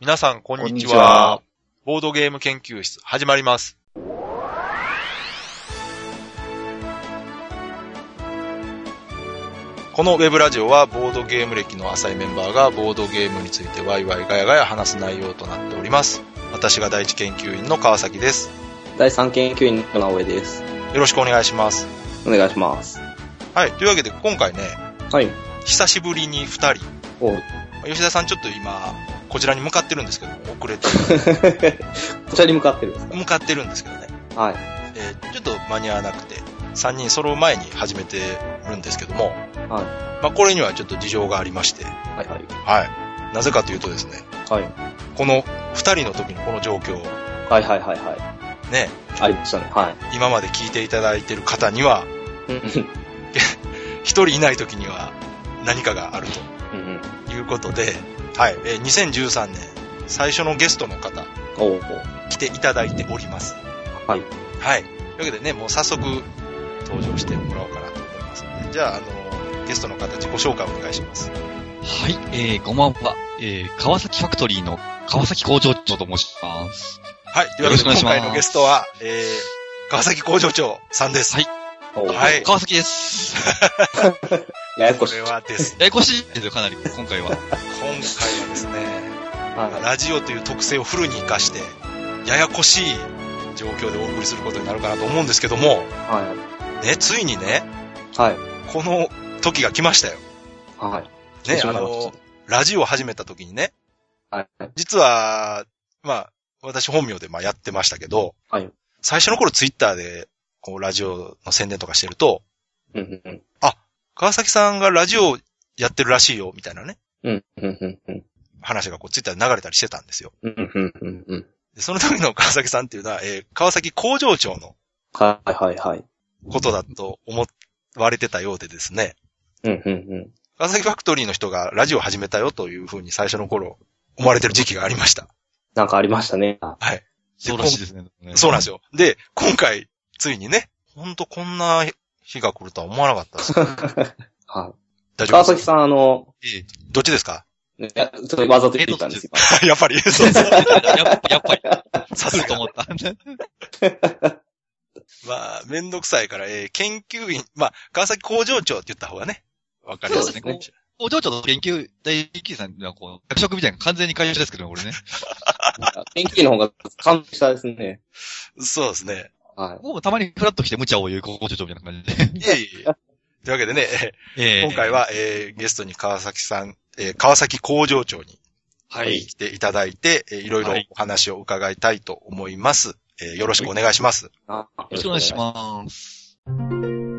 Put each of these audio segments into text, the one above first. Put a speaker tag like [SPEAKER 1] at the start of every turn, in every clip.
[SPEAKER 1] 皆さん、こんにちは。
[SPEAKER 2] こんにちは
[SPEAKER 1] ボードゲーム研究室、始まります。このウェブラジオは、ボードゲーム歴の浅いメンバーが、ボードゲームについてワイワイガヤガヤ話す内容となっております。私が第一研究員の川崎です。
[SPEAKER 2] 第3研究員の直江です。
[SPEAKER 1] よろしくお願いします。
[SPEAKER 2] お願いします。
[SPEAKER 1] はい。というわけで、今回ね、
[SPEAKER 2] はい。
[SPEAKER 1] 久しぶりに二人。
[SPEAKER 2] お
[SPEAKER 1] 吉田さん、ちょっと今、こちらに向かってるんですけど、遅れて、
[SPEAKER 2] こちらに向かってるんです
[SPEAKER 1] 向かってるんですけどね。
[SPEAKER 2] かはい。
[SPEAKER 1] えーちょっと間に合わなくて、3人揃う前に始めてるんですけども、
[SPEAKER 2] は
[SPEAKER 1] まあ、これにはちょっと事情がありまして、
[SPEAKER 2] い。はいはい。
[SPEAKER 1] はい。なぜかというとですね、
[SPEAKER 2] はい。
[SPEAKER 1] この2人の時のこの状況、
[SPEAKER 2] はいはいはいは
[SPEAKER 1] ね、
[SPEAKER 2] い。ありましたね。は
[SPEAKER 1] 今まで聞いていただいてる方には、
[SPEAKER 2] い。うん
[SPEAKER 1] 1人いない時には何かがある
[SPEAKER 2] うん。うん
[SPEAKER 1] ということで、はい。えー2013年、最初のゲストの方、
[SPEAKER 2] おお
[SPEAKER 1] 来ていただいております。
[SPEAKER 2] はい。
[SPEAKER 1] はい。というわけでね、もう早速登場してもらおうかなと思いますので、じゃあ、あの、ゲストの方自己紹介お願いします。
[SPEAKER 3] はい、えー、こんばんは。えー、川崎ファクトリーの川崎工場長と申します。
[SPEAKER 1] はい。というわけで、
[SPEAKER 3] よろしく
[SPEAKER 1] 今
[SPEAKER 3] お願いします
[SPEAKER 1] 回のゲストは、えー、川崎工場長さんです。
[SPEAKER 3] はい
[SPEAKER 2] お
[SPEAKER 1] は
[SPEAKER 2] はいい。
[SPEAKER 3] 川崎です。
[SPEAKER 2] ややこ
[SPEAKER 1] こ
[SPEAKER 2] しい。
[SPEAKER 1] れ
[SPEAKER 2] は
[SPEAKER 1] はですね、
[SPEAKER 3] ややこしいですよ、かなり、今回は。
[SPEAKER 1] 今回はですね、
[SPEAKER 2] い。
[SPEAKER 1] ラジオという特性をフルに活かして、ややこしい状況でお送りすることになるかなと思うんですけども、
[SPEAKER 2] は
[SPEAKER 1] ね、ついにね、
[SPEAKER 2] い。はい。
[SPEAKER 1] この時が来ましたよ。
[SPEAKER 2] はい。
[SPEAKER 1] ね、
[SPEAKER 2] そう
[SPEAKER 1] あ
[SPEAKER 2] なりまし
[SPEAKER 1] の、ラジオを始めた時にね、
[SPEAKER 2] はい。
[SPEAKER 1] 実は、まあ、私本名でまあやってましたけど、
[SPEAKER 2] はい
[SPEAKER 1] 最初の頃ツイッターで、こう、ラジオの宣伝とかしてると、
[SPEAKER 2] うんうん
[SPEAKER 1] 川崎さんがラジオやってるらしいよ、みたいなね、
[SPEAKER 2] うん。うんうんうんうん。
[SPEAKER 1] 話がこう、ツイッターで流れたりしてたんですよ。
[SPEAKER 2] うんうんうんうん。
[SPEAKER 1] でその時の川崎さんっていうのは、えー川崎工場長の
[SPEAKER 2] はいはいはい。
[SPEAKER 1] ことだと思われてたようでですね、
[SPEAKER 2] うんうん
[SPEAKER 1] 川崎ファクトリーの人がラジオを始めたよというふうに最初の頃、思われてる時期がありました。
[SPEAKER 2] なんかありましたね。
[SPEAKER 3] そうらしいですね。
[SPEAKER 1] そうなんです
[SPEAKER 3] よ。
[SPEAKER 1] よ。で、今回、ついにね、ほんとこんな日が来るとは思わなかったです。
[SPEAKER 2] は
[SPEAKER 1] 大
[SPEAKER 2] い。
[SPEAKER 1] 丈
[SPEAKER 2] 川
[SPEAKER 1] 夫で
[SPEAKER 2] 崎
[SPEAKER 1] す。
[SPEAKER 2] さん、あの、
[SPEAKER 3] えー
[SPEAKER 1] どっちですか
[SPEAKER 2] ねいやちょっとわざと言ったんです、今。
[SPEAKER 1] やっぱり、そうそう。
[SPEAKER 3] やっぱやっぱり、
[SPEAKER 1] さす
[SPEAKER 3] そうと
[SPEAKER 1] が。
[SPEAKER 3] 思った。
[SPEAKER 1] まあ、めんどくさいから、えー研究員、まあ、川崎工場長って言った方がね、わかりやすい
[SPEAKER 2] そうです
[SPEAKER 3] 工場長と研究、大研究さんのこう、役職みたいな完全に会社ですけどね、これね。
[SPEAKER 2] 天気の方が完璧したですね。
[SPEAKER 1] そうですね。
[SPEAKER 2] は
[SPEAKER 3] 僕もたまにフラッと来て無茶を言う工場長みたいな感じ
[SPEAKER 1] いえい え。というわけでね、えー
[SPEAKER 3] で。えー
[SPEAKER 1] 今回。は、えーゲストに川崎さん、えー川崎工場長に
[SPEAKER 3] はい。
[SPEAKER 1] 来ていただいて、えーいろいろ
[SPEAKER 3] はい
[SPEAKER 1] お話を伺いたいと思います。えーよろしくお願いします。
[SPEAKER 2] い。よ
[SPEAKER 3] よろしくお願いします。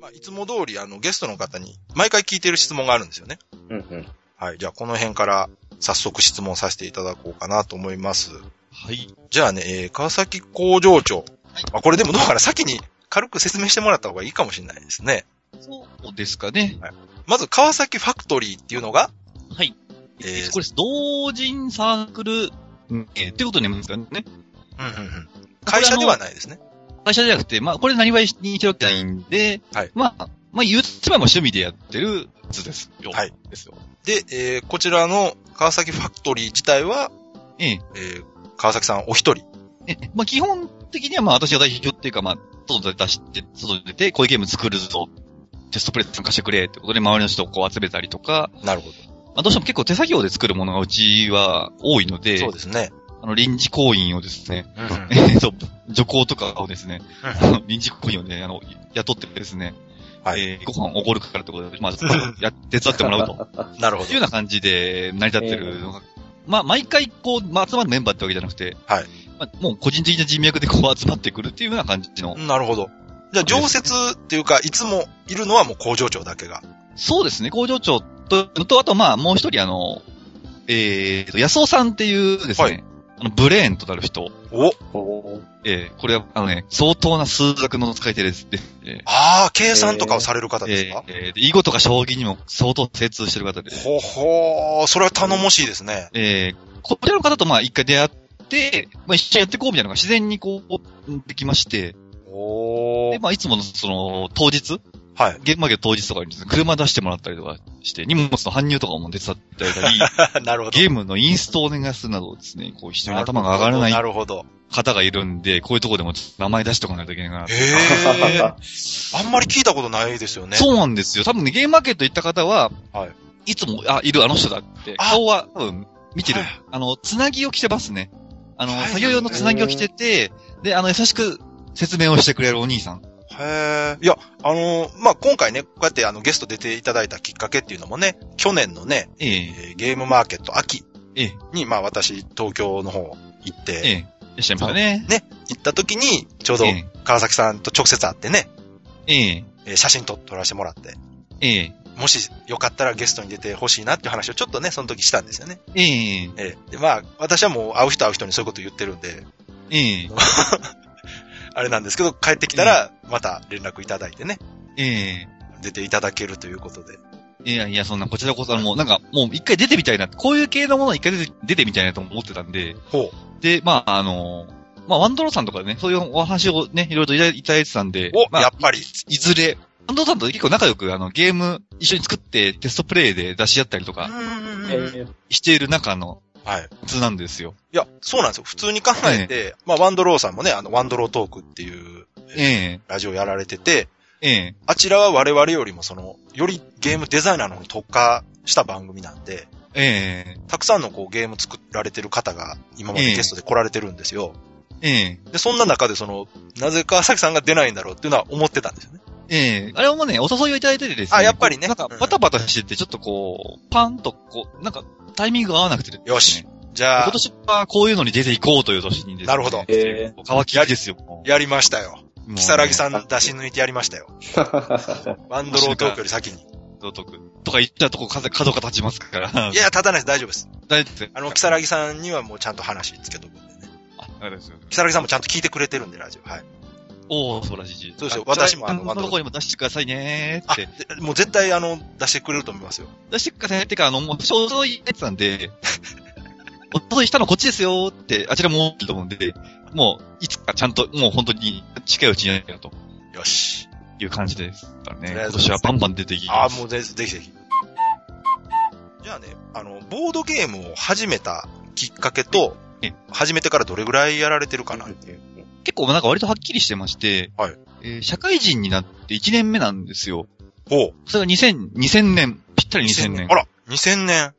[SPEAKER 1] まあ、いつも通り、あの、ゲストの方に毎回聞いてる質問があるんですよね。
[SPEAKER 2] す。うんうん。
[SPEAKER 1] はい。じゃあ、この辺から早速質問させていただこうかなと思います。
[SPEAKER 3] はい。
[SPEAKER 1] じゃあね、えー川崎工場長。
[SPEAKER 3] はい
[SPEAKER 1] まあ、これでもどうかな先に軽く説明してもらった方がいいかもしれないですね。
[SPEAKER 3] そうですかね。
[SPEAKER 1] まず、川崎ファクトリーっていうのが、
[SPEAKER 3] はい。
[SPEAKER 1] え
[SPEAKER 3] え
[SPEAKER 1] ー
[SPEAKER 3] これです。同人サークル、えーってことになりますからね。
[SPEAKER 1] うんうんうん。会社ではないですね。
[SPEAKER 3] 会社じゃなくて、まあ、これ何倍にしてるわけじゃないんで、
[SPEAKER 1] はい
[SPEAKER 3] まあ、まあ、言っちまえば趣味でやってる図ですよ。
[SPEAKER 1] はい。
[SPEAKER 3] ですよ。
[SPEAKER 1] で、えーこちらの川崎ファクトリー自体は、
[SPEAKER 3] ええ。
[SPEAKER 1] えー川崎さんお一人。
[SPEAKER 3] えまあ、基本的には、まあ、私が代表っていうか、まあ、外で出して、外で出て、こういうゲーム作るぞ。テストプレイ参加してくれってことで、周りの人をこう集めたりとか、
[SPEAKER 1] なるほど。
[SPEAKER 3] まあ、どうしても結構手作業で作るものがうちは多いので、
[SPEAKER 1] そうですね。
[SPEAKER 3] あの、臨時行員をですね、
[SPEAKER 1] うんうん
[SPEAKER 3] えっと、助行とかをですね、
[SPEAKER 1] う
[SPEAKER 3] あの臨時行員をね、あの、雇ってですね、
[SPEAKER 1] はい
[SPEAKER 3] えーご飯おごるからってことで、まあ、 や、手伝ってもらうと。
[SPEAKER 1] なるほ
[SPEAKER 3] ってい
[SPEAKER 1] ど
[SPEAKER 3] うよう。な感じで成り立ってるのが、まあ、毎回こう、まあ、集まるメンバーってわけじゃなくて、
[SPEAKER 1] はい
[SPEAKER 3] まあ、もう個人的な人脈でこう 集まってくるっていうような感じの、
[SPEAKER 1] なるほど。じゃあ、常設っていうか、いつもいるのはもう工場長だけが。
[SPEAKER 3] そうですね、工場長と、とあとまあ、もう一人あの、えーと、安尾さんっていうですね、
[SPEAKER 1] はい
[SPEAKER 3] あの、ブレーンとなる人、
[SPEAKER 1] お
[SPEAKER 2] おー
[SPEAKER 3] えーこれはあのね、相当な数学の使い手です。でえ
[SPEAKER 1] ああ、計算とかをされる方
[SPEAKER 3] ー
[SPEAKER 1] ですか、
[SPEAKER 3] えーで囲碁とか将棋にも相当精通してる方で、
[SPEAKER 1] ほほー、それは頼もしいですね。
[SPEAKER 3] えーこちらの方とまあ、一回出会って、まあ、一緒にやっていこうみたいなのが自然にこう、できまして、
[SPEAKER 1] お
[SPEAKER 3] で、まあ、いつもの、その、当日、
[SPEAKER 1] はい。
[SPEAKER 3] ゲームマーケット当日とかに車出してもらったりとかして、荷物の搬入とかも手伝ってあげ た り、
[SPEAKER 1] なるほど。
[SPEAKER 3] ゲームのインストをお願いするなどですね、こう非常に頭が上がら
[SPEAKER 1] な
[SPEAKER 3] ない
[SPEAKER 1] るほど。
[SPEAKER 3] 方がいるんで、こういうとこでもちょっと名前出しておかないといけないかな。
[SPEAKER 1] へえ。あんまり聞いたことないですよね。
[SPEAKER 3] そうなんですよ。多分ね、ゲームマーケット行った方は、、
[SPEAKER 1] はい
[SPEAKER 3] つも、あ、いるあの人だって、
[SPEAKER 1] あ
[SPEAKER 3] 顔は多分見てる
[SPEAKER 1] はい。
[SPEAKER 3] あの、つなぎを着てますね。あの、
[SPEAKER 1] はい
[SPEAKER 3] 作業用のつなぎを着てて、で、あの、優しく説明をしてくれるお兄さん。
[SPEAKER 1] へえ。いや、あのーまあ、今回ね、こうやってあのゲスト出ていただいたきっかけっていうのもね、去年のね、
[SPEAKER 3] え
[SPEAKER 1] え
[SPEAKER 3] え
[SPEAKER 1] ーゲームマーケット秋
[SPEAKER 3] ええ
[SPEAKER 1] に、まあ、私、東京の方行っ
[SPEAKER 3] え
[SPEAKER 1] て、
[SPEAKER 3] えいらっしゃいましたね。
[SPEAKER 1] 行った時に、ちょうど
[SPEAKER 3] ええ
[SPEAKER 1] 川崎さんと直接会ってね、
[SPEAKER 3] え
[SPEAKER 1] えー写真撮撮らせてもらって、
[SPEAKER 3] ええ
[SPEAKER 1] もしよかったらゲストに出てほしいなっていう話をちょっとね、その時したんですよね。
[SPEAKER 3] えええ
[SPEAKER 1] えーで、まあ、私はもう会う人会う人にそういうこと言ってるんで、
[SPEAKER 3] ええ
[SPEAKER 1] あれなんですけど、帰ってきたら、また連絡いただいてね、
[SPEAKER 3] ええ
[SPEAKER 1] 出ていただけるということで。
[SPEAKER 3] いやいや、そんな、こちらこそ、あのもうなんか、もう一回出てみたいな、こういう系のもの一回出て出てみたいなと思ってたんで、
[SPEAKER 1] ほ
[SPEAKER 3] で、まあ、あの、まあ、ワンドローさんとかね、そういうお話をね、いろいろいたいただいてたんで
[SPEAKER 1] う。、お、
[SPEAKER 3] まあ
[SPEAKER 1] やっぱり。
[SPEAKER 3] いずれ、ワンドローさんと結構仲良く、あの、ゲーム一緒に作ってテストプレイで出し合ったりと
[SPEAKER 1] う
[SPEAKER 3] か
[SPEAKER 1] んうん
[SPEAKER 2] え
[SPEAKER 1] うんうん
[SPEAKER 2] ー
[SPEAKER 3] している中の
[SPEAKER 1] はい。
[SPEAKER 3] 普通なんですよ。
[SPEAKER 1] いや、そうなんですよ。普通に考えて、まあ、ワンドローさんもね、あの、ワンドロートークっていう
[SPEAKER 3] え
[SPEAKER 1] ラジオやられてて、
[SPEAKER 3] ええ
[SPEAKER 1] あちらは我々よりもその、よりゲームデザイナーの方に特化した番組なんで、
[SPEAKER 3] ええ
[SPEAKER 1] たくさんのこうゲーム作られてる方が今までゲストで来られてるんですよ。
[SPEAKER 3] ええ
[SPEAKER 1] で、そんな中でその、なぜ川崎さんが出ないんだろうっていうのは思ってたんですよね。
[SPEAKER 3] ええあれもね、お誘いをいただいててですね。
[SPEAKER 1] あやっぱりね
[SPEAKER 3] こうなん
[SPEAKER 1] う
[SPEAKER 3] か
[SPEAKER 1] ん、
[SPEAKER 3] バタバタしてて、ちょっとこう、パンとこう、なんか、タイミングが合わなくてですね
[SPEAKER 1] よし。じゃあ
[SPEAKER 3] 今、年はこういうのに出ていこうという年にですね。
[SPEAKER 1] なるほど
[SPEAKER 2] え
[SPEAKER 3] 乾きがですよ。もう
[SPEAKER 1] やりましたよ。
[SPEAKER 3] もう
[SPEAKER 1] 木更木
[SPEAKER 3] ん。
[SPEAKER 1] さん出し抜いてやりましたよ。ワンドロートークより先に。
[SPEAKER 3] 道徳とか言ったとこ、角角が立ちますから。
[SPEAKER 1] いや、、立たないです。大丈夫です。
[SPEAKER 3] 大丈夫ですよ
[SPEAKER 1] あの、木更木さんにはもうちゃんと話つけとくんでね。
[SPEAKER 3] あ、大丈夫ですよ。
[SPEAKER 1] 木更木さんもちゃんと聞いてくれてるんで、ラジオ。はい。
[SPEAKER 3] おー、素晴らしい。
[SPEAKER 1] そうですよ
[SPEAKER 3] あ
[SPEAKER 1] 私もあ
[SPEAKER 3] あ
[SPEAKER 1] の
[SPEAKER 3] の、とこにも出してくださいねー
[SPEAKER 1] あ、
[SPEAKER 3] っ
[SPEAKER 1] で
[SPEAKER 3] て。
[SPEAKER 1] もう絶対、あの、出してくれると思いますよ。
[SPEAKER 3] 出してくださいねってか、あの、もう、ちょうど言ってたんで、 お届いしたのこっちですよーって、あちらも思ってると思うんで、もう、いつかちゃんと、もう本当に近いうちにやると
[SPEAKER 1] よし。
[SPEAKER 3] いう感じですからね。
[SPEAKER 1] とりあえ
[SPEAKER 3] 今
[SPEAKER 1] ず
[SPEAKER 3] 年はバンバン出ていき
[SPEAKER 1] あ
[SPEAKER 3] ま
[SPEAKER 1] あ、
[SPEAKER 3] す。
[SPEAKER 1] もうぜぜひぜひ。じゃあね、あの、ボードゲームを始めたきっかけと
[SPEAKER 3] ええ、
[SPEAKER 1] 始めてからどれぐらいやられてるかなっていう。
[SPEAKER 3] 結構なんか割とはっきりしてまして、
[SPEAKER 1] はい
[SPEAKER 3] えー社会人になって1年目なんですよ。
[SPEAKER 1] ほう。
[SPEAKER 3] それが2000、2000年。ぴったり2000年
[SPEAKER 1] あ。ら、2000年。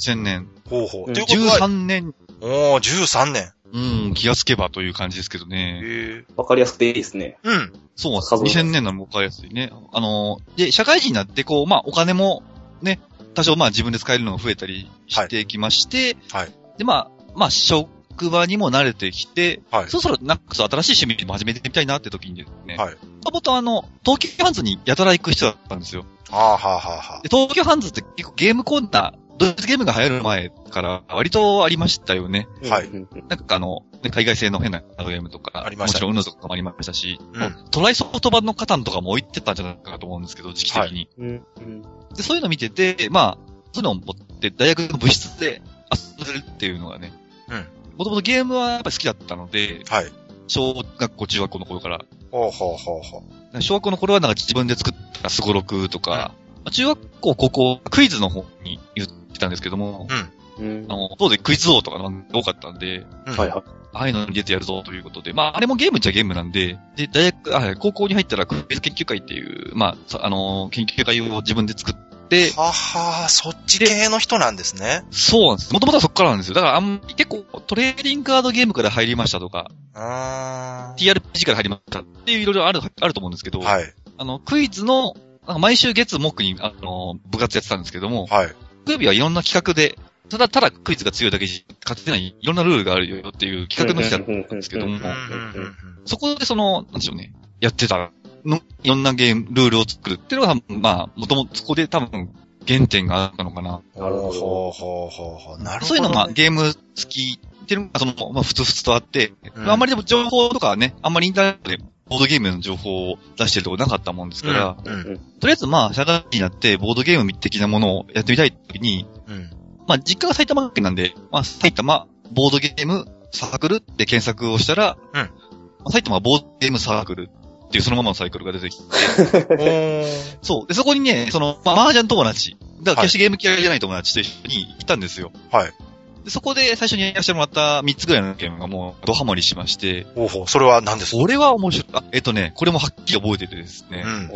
[SPEAKER 3] 2000年。
[SPEAKER 1] ほうほう。
[SPEAKER 2] うん
[SPEAKER 1] ということは、
[SPEAKER 3] 13年。
[SPEAKER 1] おー、13年。
[SPEAKER 3] うん、気がつけばという感じですけどね。
[SPEAKER 1] へえ。
[SPEAKER 2] わかりやすくていいですね。
[SPEAKER 1] うん。
[SPEAKER 3] そうなんです。
[SPEAKER 2] 数えます
[SPEAKER 3] 2000年なのも分かりやすいね。あのー、で、社会人になって、こう、まあ、お金も、ね、多少まあ自分で使えるのが増えたりしてきまして、
[SPEAKER 1] はいはい
[SPEAKER 3] で、まあ、まあ、職場にも慣れてきて、
[SPEAKER 1] はい
[SPEAKER 3] そろそろなんかそう新しい趣味も始めてみたいなって時にですね、
[SPEAKER 1] はい
[SPEAKER 3] もともとあの、東急ハンズにやたら行く人だったんですよ。
[SPEAKER 1] はあはあはあはあ
[SPEAKER 3] で、東京ハンズって結構ゲームコーナー、ドイツゲームが流行る前から割とありましたよね。
[SPEAKER 1] はい
[SPEAKER 2] うん。
[SPEAKER 3] なんかあの、ね海外製の変なカードゲームとか、
[SPEAKER 1] ありました
[SPEAKER 3] もちろん UNO とかもありましたし、
[SPEAKER 1] うん
[SPEAKER 3] トライソフト版のカタンとかも置いてたんじゃないかなと思うんですけど、時期的に。
[SPEAKER 2] うんうん
[SPEAKER 3] で、そういうの見てて、まあ、そういうのを持って大学の部室で遊んでるっていうのがね、
[SPEAKER 1] うん
[SPEAKER 3] もともとゲームはやっぱり好きだったので、
[SPEAKER 1] はい。
[SPEAKER 3] 小学校、中学校の頃から、
[SPEAKER 1] ほうほうほうほう。
[SPEAKER 3] 小学校の頃はなんか自分で作ったスゴロクとか、まあ中学校、高校、クイズの方に言ってたんですけども、
[SPEAKER 2] うん
[SPEAKER 3] あの、当時クイズ王とかの番組が多かったんで、
[SPEAKER 1] うん
[SPEAKER 2] はいは
[SPEAKER 3] ああいうのに出てやるぞということで、まあ、あれもゲームっちゃゲームなんで、で、大学、あ高校に入ったらクイズ研究会っていう、まあさ、あのー、研究会を自分で作って、
[SPEAKER 1] はあはあ、そっち系の人なんですね。
[SPEAKER 3] そうなんです。もともとはそこからなんですよ。だから、あん結構、トレーディングカードゲームから入りましたとか、
[SPEAKER 1] うーん。は
[SPEAKER 3] TRPG から入りましたっていういろいろある、あると思うんですけど、
[SPEAKER 1] い。
[SPEAKER 3] あの、クイズの、なんか毎週月木に、あのー、部活やってたんですけども、
[SPEAKER 1] はい。
[SPEAKER 3] 木曜日はいろんな企画で、ただただクイズが強いだけじゃ勝てない、いろんなルールがあるよっていう企画の日だったんですけど
[SPEAKER 2] う
[SPEAKER 3] も
[SPEAKER 1] う
[SPEAKER 2] ん
[SPEAKER 1] ん、うんうんうん
[SPEAKER 3] そこでその、なんでしょうね、やってたの、いろんなゲーム、ルールを作るっていうのが、まあ、もともとそこで多分、原点があったのかな。
[SPEAKER 2] なるほど
[SPEAKER 1] ほうほうほうほう。なるほど、ね。
[SPEAKER 3] そういうのがゲーム好きっていうのが、その、まあ、ふつふつとあって、
[SPEAKER 1] うん
[SPEAKER 3] あんまりでも情報とかはね、あんまりインターネットでボードゲームの情報を出してるとこなかったもんですから、
[SPEAKER 1] うんうん
[SPEAKER 3] とりあえずまあ、社会人になってボードゲーム的なものをやってみたいときに、
[SPEAKER 1] うん。
[SPEAKER 3] まあ、実家が埼玉県なんで、まあ、埼玉ボードゲームサークルって検索をしたら、
[SPEAKER 1] うん
[SPEAKER 3] まあ埼玉ボードゲームサークルってっていうそのままのサイクルが出てきて、
[SPEAKER 1] おー
[SPEAKER 3] そう。で、そこにね、その、まあ、麻雀友達、だから決してゲーム嫌いじゃない友達と一緒に行ったんですよ。
[SPEAKER 1] はい。
[SPEAKER 3] で、そこで最初にやらせてもらった3つぐらいのゲームがもう、ドハマりしまして、
[SPEAKER 1] おほうそれは何ですか
[SPEAKER 3] これは面白い。あ、えっとね、これもはっきり覚えててですね、
[SPEAKER 1] うん。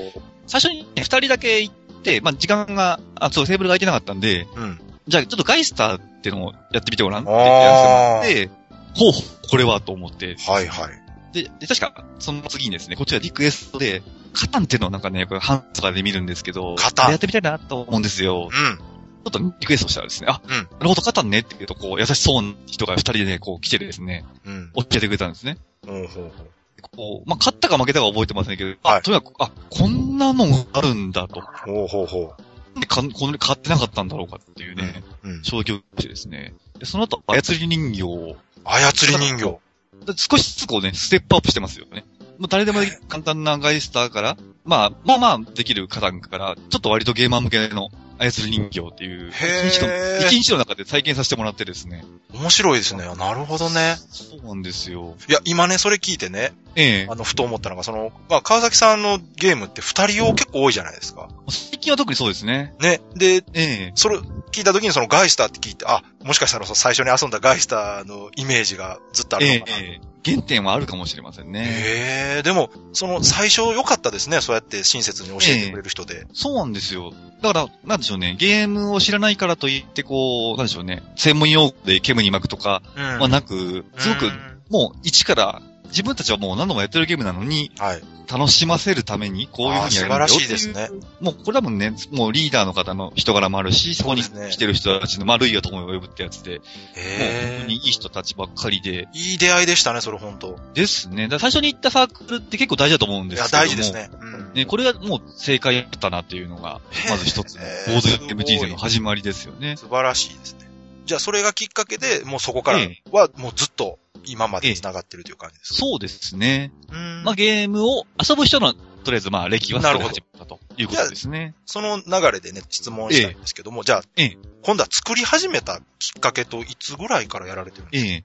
[SPEAKER 3] 最初にね、2人だけ行って、まあ、時間が、あ、そう、テーブルが空いてなかったんで、
[SPEAKER 1] うん。
[SPEAKER 3] じゃあ、ちょっとガイスターってのをやってみてごらんって言ってやらせてもらって、ほうほう、これはと思って、
[SPEAKER 1] はいはい。
[SPEAKER 3] で、で確か、その次にですね、こっちはリクエストで、カタンっていうのをなんかね、これハンスとかで見るんですけど、
[SPEAKER 1] カタン
[SPEAKER 3] あれやってみたいなと思うんです
[SPEAKER 1] うん。
[SPEAKER 3] よ。ちょっとリクエストしたらですね、あ、
[SPEAKER 1] うん
[SPEAKER 3] なるほど、カタンねって言うと、こう、優しそうな人が二人でね、こう来てですね、
[SPEAKER 1] うん。
[SPEAKER 3] 教えてくれたんですね。
[SPEAKER 1] おうほうほう
[SPEAKER 3] こう、まあ、勝ったか負けたかは覚えてませんけど、
[SPEAKER 1] はい
[SPEAKER 3] あ、とにかく、あ、こんなのがあるんだと。
[SPEAKER 1] おうほうほ
[SPEAKER 3] なんでか、この買ってなかったんだろうかっていうね、
[SPEAKER 1] う。うん。
[SPEAKER 3] 衝撃を受けてですね。で、その後、操り人形を、
[SPEAKER 1] 操り人形。
[SPEAKER 3] で少しずつこうね、ステップアップしてますよね。もう誰でもできる簡単なガイスターから、まあ、まあまあ、できるカタンから、ちょっと割とゲーマー向けの操り人形っていう、一
[SPEAKER 1] へー
[SPEAKER 3] 日の、一日の中で体験させてもらってですね。
[SPEAKER 1] 面白いですね。なるほどね。
[SPEAKER 3] そうなんですよ。
[SPEAKER 1] いや、今ね、それ聞いてね、
[SPEAKER 3] ええ
[SPEAKER 1] あの、ふと思ったのが、その、まあ、川崎さんのゲームって二人用結構多いじゃないですか。
[SPEAKER 3] 最近は特にそうですね。
[SPEAKER 1] ね。で、
[SPEAKER 3] ええ
[SPEAKER 1] それ聞いた時にそのガイスターって聞いて、あ、もしかしたらその最初に遊んだガイスターのイメージがずっとある
[SPEAKER 3] え
[SPEAKER 1] の
[SPEAKER 3] え
[SPEAKER 1] かな。
[SPEAKER 3] ええ原点はあるかもしれませんね。
[SPEAKER 1] へえ、でも、その最初良かったですね。そうやって親切に教えてくれる人で。
[SPEAKER 3] そうなんですよ。だから、なんでしょうね。ゲームを知らないからといって、こう、なんでしょうね。専門用語で煙に巻くとか
[SPEAKER 1] うん
[SPEAKER 3] はなく、すごく、もう一から、自分たちはもう何度もやってるゲームなのに、
[SPEAKER 1] はい。
[SPEAKER 3] 楽しませるために、こういうふうにやるんだよ
[SPEAKER 1] あー素晴らしいですね
[SPEAKER 3] っていうもうこれはもうね、もうリーダーの方の人柄もあるし、そこに
[SPEAKER 1] そうですね
[SPEAKER 3] 来てる人たちの、まあ、類が友を呼ぶってやつで、もう本
[SPEAKER 1] へ
[SPEAKER 3] 当
[SPEAKER 1] え
[SPEAKER 3] にい。い人たちばっかりで、
[SPEAKER 1] いい出会いでしたね、それ本当。
[SPEAKER 3] ですね。だから最初に行ったサークルって結構大事だと思うん
[SPEAKER 1] い
[SPEAKER 3] です
[SPEAKER 1] や、
[SPEAKER 3] けども
[SPEAKER 1] 大事です。ね。うん。
[SPEAKER 3] ね、これがもう正解だったなっていうのが、まず一つの、
[SPEAKER 1] へー
[SPEAKER 3] ボードゲーム人生の始まりですよね。
[SPEAKER 1] 素晴らしいですね。じゃあ、それがきっかけで、もうそこからは、もうずっと今まで繋がってるという感じですか。
[SPEAKER 3] そうですね。
[SPEAKER 1] うん
[SPEAKER 3] まあゲームを遊ぶ人の、とりあえずまあ歴はそれで始まったということですね。
[SPEAKER 1] その流れでね、質問したんですけども、じゃあ
[SPEAKER 3] ええ、
[SPEAKER 1] 今度は作り始めたきっかけといつぐらいからやられてるんで
[SPEAKER 3] ええ。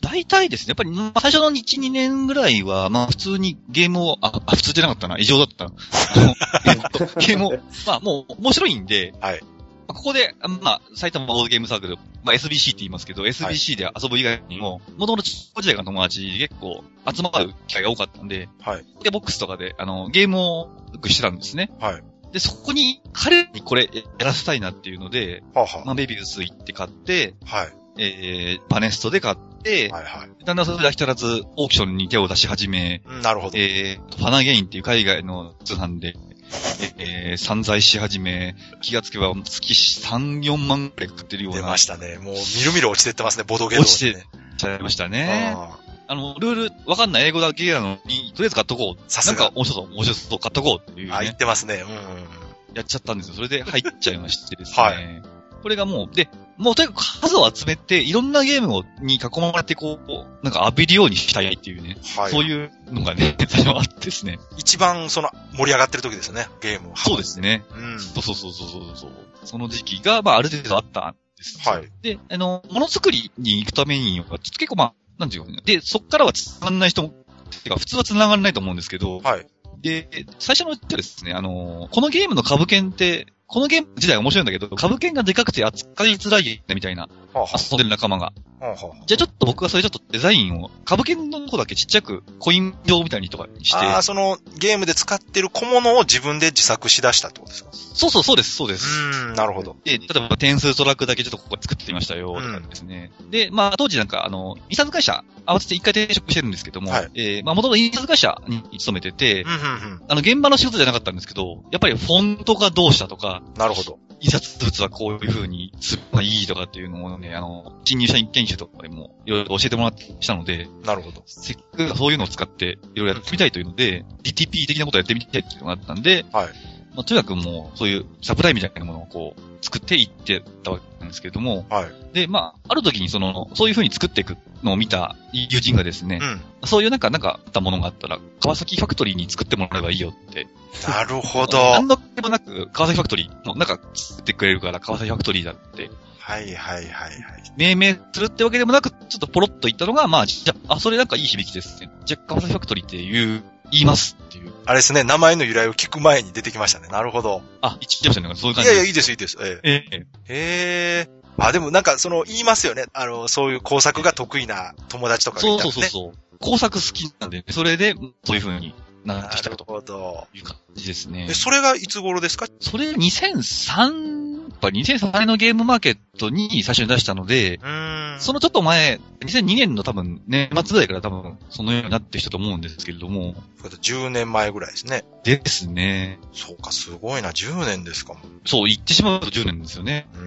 [SPEAKER 3] 大体ですね、やっぱり、まあ最初の1、2年ぐらいは、まあ普通にゲームを、あ、あ普通じゃなかったな、異常だったな。あのえっとゲームを、まあもう面白いんで、
[SPEAKER 1] はい
[SPEAKER 3] まあここで、あまあ、埼玉ボードゲームサークル、まあ SBC って言いますけど、SBC で遊ぶ以外にも、もともと中高時代からの友達結構集まる機会が多かったんで、
[SPEAKER 1] すかはい。
[SPEAKER 3] で、ボックスとかで、あの、ゲームをよくしてたんですね。
[SPEAKER 1] はい。
[SPEAKER 3] で、そこに彼にこれやらせたいなっていうので、
[SPEAKER 1] はあは
[SPEAKER 3] まあメビウス行って買って、
[SPEAKER 1] あ。はい。
[SPEAKER 3] えー、バネストで買って、
[SPEAKER 1] はいはい
[SPEAKER 3] だんだんそれで飽き足らず、オークションに手を出し始め、
[SPEAKER 1] うん。なるほど。
[SPEAKER 3] えー、ファナゲインっていう海外の通販で、えー、散財し始め、気がつけば月3、4万くらい買ってるよう
[SPEAKER 1] 出
[SPEAKER 3] な
[SPEAKER 1] ま、したね。もう、みるみる落ちてってますね、ボドゲ道
[SPEAKER 3] 落
[SPEAKER 1] にね
[SPEAKER 3] ちてちゃいましたね。
[SPEAKER 1] うん
[SPEAKER 3] あの、ルール、わかんない英語だけなのに、とりあえず買っとこう。
[SPEAKER 1] さ
[SPEAKER 3] な
[SPEAKER 1] す
[SPEAKER 3] ん
[SPEAKER 1] が
[SPEAKER 3] か。面白そう、面白そう、買っとこうっていう
[SPEAKER 1] あ、言っ
[SPEAKER 3] ね、
[SPEAKER 1] てますね。うんうんうん。
[SPEAKER 3] やっちゃったんですよ。それで入っちゃいましてですね。
[SPEAKER 1] は
[SPEAKER 3] これがもう、で、もうとにかく数を集めて、いろんなゲームをに囲まれて、こう、なんか浴びるようにしたいっていうね。
[SPEAKER 1] はい。
[SPEAKER 3] そういうのがね、 最初はあってですね。
[SPEAKER 1] 一番、その、盛り上がってる時ですよね、ゲームは。
[SPEAKER 3] そうですね。
[SPEAKER 1] うん。
[SPEAKER 3] そうそうそうそうそうそう。その時期が、まあ、ある程度あったんです。
[SPEAKER 1] はい。
[SPEAKER 3] で、あの、ものづくりに行くためには、ちょっと結構まあ、なんていうかね。で、そっからは繋がんない人も、てか、普通は繋がんないと思うんですけど、
[SPEAKER 1] はい。
[SPEAKER 3] で、最初のうちはですね、あの、このゲームの株券って、このゲーム自体は面白いんだけど、株券がでかくて扱いづらいみたいな、
[SPEAKER 1] はあは
[SPEAKER 3] 遊んでる仲間が。
[SPEAKER 1] あ。はあは
[SPEAKER 3] じゃあちょっと僕はそれちょっとデザインを、株券のとこだけちっちゃく、コイン状みたいにとかにして、
[SPEAKER 1] ああー、その、ゲームで使ってる小物を自分で自作しだしたってことですか
[SPEAKER 3] そうそうそうです、そうです。
[SPEAKER 1] うーん、なるほど。
[SPEAKER 3] で、例えば点数トラックだけちょっとここ作ってみましたよ、とかですね。で、まあ、当時なんか、あの、印刷会社、合わせて一回転職してるんですけども、
[SPEAKER 1] はい
[SPEAKER 3] えーまあ、元々印刷会社に勤めてて、
[SPEAKER 1] うん、うん、
[SPEAKER 3] あの、現場の仕事じゃなかったんですけど、やっぱりフォントがどうしたとか、
[SPEAKER 1] うん。なるほど。
[SPEAKER 3] 印刷物はこういう風にするのがいいとかっていうのをね、あの、新入社員研修とかでもいろいろ教えてもらってきたので、
[SPEAKER 1] なるほど。
[SPEAKER 3] せっかくそういうのを使っていろいろやってみたいというので、DTP 的なことをやってみたいっていうのがあったんで、
[SPEAKER 1] はい
[SPEAKER 3] まあ、とにかくもう、そういうサプライみたいなものをこう、作っていってたわけなんですけれども、
[SPEAKER 1] はい。
[SPEAKER 3] で、まあ、ある時にその、そういう風に作っていくのを見た友人がですね
[SPEAKER 1] う、ん。
[SPEAKER 3] そういうなんか、なんかあったものがあったら、川崎ファクトリーに作ってもらえばいいよって。
[SPEAKER 1] なるほど。は
[SPEAKER 3] 何の気もなく、川崎ファクトリーの、なんか作ってくれるから、川崎ファクトリーだって、
[SPEAKER 1] い、はい、はい、はい。
[SPEAKER 3] 命名するってわけでもなく、ちょっとポロッと言ったのが、まあ、じゃあ、あそれなんかいい響きですね。じゃあ、川崎ファクトリーっていう言いますっていう。
[SPEAKER 1] あれですね、名前の由来を聞く前に出てきましたね。なるほど。
[SPEAKER 3] あ、言っちゃいましたね。そう
[SPEAKER 1] い
[SPEAKER 3] いう感じ
[SPEAKER 1] やい
[SPEAKER 3] で
[SPEAKER 1] や、
[SPEAKER 3] す。
[SPEAKER 1] いいです、いいです。え
[SPEAKER 3] ええ。
[SPEAKER 1] え。へえ。あ、でもなんか、その、言いますよね。あの、そういう工作が得意な友達とかが
[SPEAKER 3] そ
[SPEAKER 1] いうたら
[SPEAKER 3] そう
[SPEAKER 1] ね。
[SPEAKER 3] そうそう。工作好きなんで、それで、そういう風になってき
[SPEAKER 1] な
[SPEAKER 3] た
[SPEAKER 1] る
[SPEAKER 3] と
[SPEAKER 1] ほど。
[SPEAKER 3] いう感じですね
[SPEAKER 1] え、。それがいつ頃ですか
[SPEAKER 3] それ2003、やっぱ2003年のゲームマーケットに最初に出したので、
[SPEAKER 1] うーん。
[SPEAKER 3] そ
[SPEAKER 1] の、
[SPEAKER 3] のちょっと前、2002年の多分、年末ぐらいから多分、そのようになってきたと思うんですけれども、
[SPEAKER 1] 10年前ぐらいですね。
[SPEAKER 3] ですね。
[SPEAKER 1] そうか、すごいな、10年ですかも。
[SPEAKER 3] そう、言ってしまうと10年ですよね。
[SPEAKER 1] うー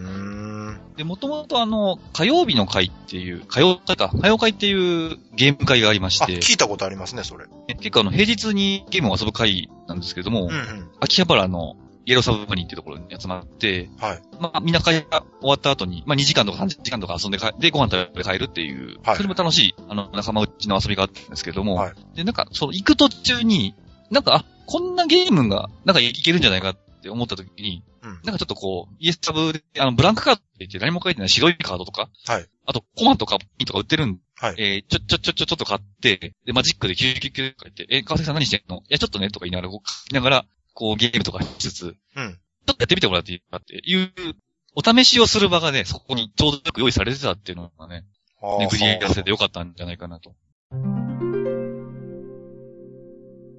[SPEAKER 1] ん。
[SPEAKER 3] で、もともとあの、火曜日の会っていう、火曜会か、火曜会っていうゲーム会がありまし
[SPEAKER 1] あ、
[SPEAKER 3] て、
[SPEAKER 1] 聞いたことありますね、それ。
[SPEAKER 3] 結構あの、平日にゲームを遊ぶ会なんですけれども、
[SPEAKER 1] うんうん。
[SPEAKER 3] 秋葉原のイエローサブマリンっていうところに集まって、
[SPEAKER 1] はい。
[SPEAKER 3] まあ、みんな会が終わった後に、まあ、2時間とか3時間とか遊んでか、で、ご飯食べて帰るっていう、
[SPEAKER 1] はい
[SPEAKER 3] それも楽しい、あの、仲間内の遊びがあったんですけれども、
[SPEAKER 1] はい
[SPEAKER 3] で、なんか、その、行く途中に、なんか、あ、こんなゲームが、なんかいけるんじゃないかって思った時に、
[SPEAKER 1] うん。
[SPEAKER 3] なんかちょっとこう、イエスサブで、あの、ブランクカードって言って何も書いてない白いカードとか、
[SPEAKER 1] はい
[SPEAKER 3] あと、コマとかピンとか売ってるんで、
[SPEAKER 1] はい
[SPEAKER 3] えーちょ、ちょ、ちょ、ちょ、ちょっと買って、で、マジックで999とか言って、えー川崎さん何してんのいや、ちょっとね、とか言いながら、こう、書きながら、こう、ゲームとかしつつ、
[SPEAKER 1] うん。
[SPEAKER 3] ちょっとやってみてもらっていいかっていう、お試しをする場がね、そこにちょうどよく用意されてたっていうのがね、
[SPEAKER 1] あー
[SPEAKER 3] ね、無事やらせてよかったんじゃないかなと。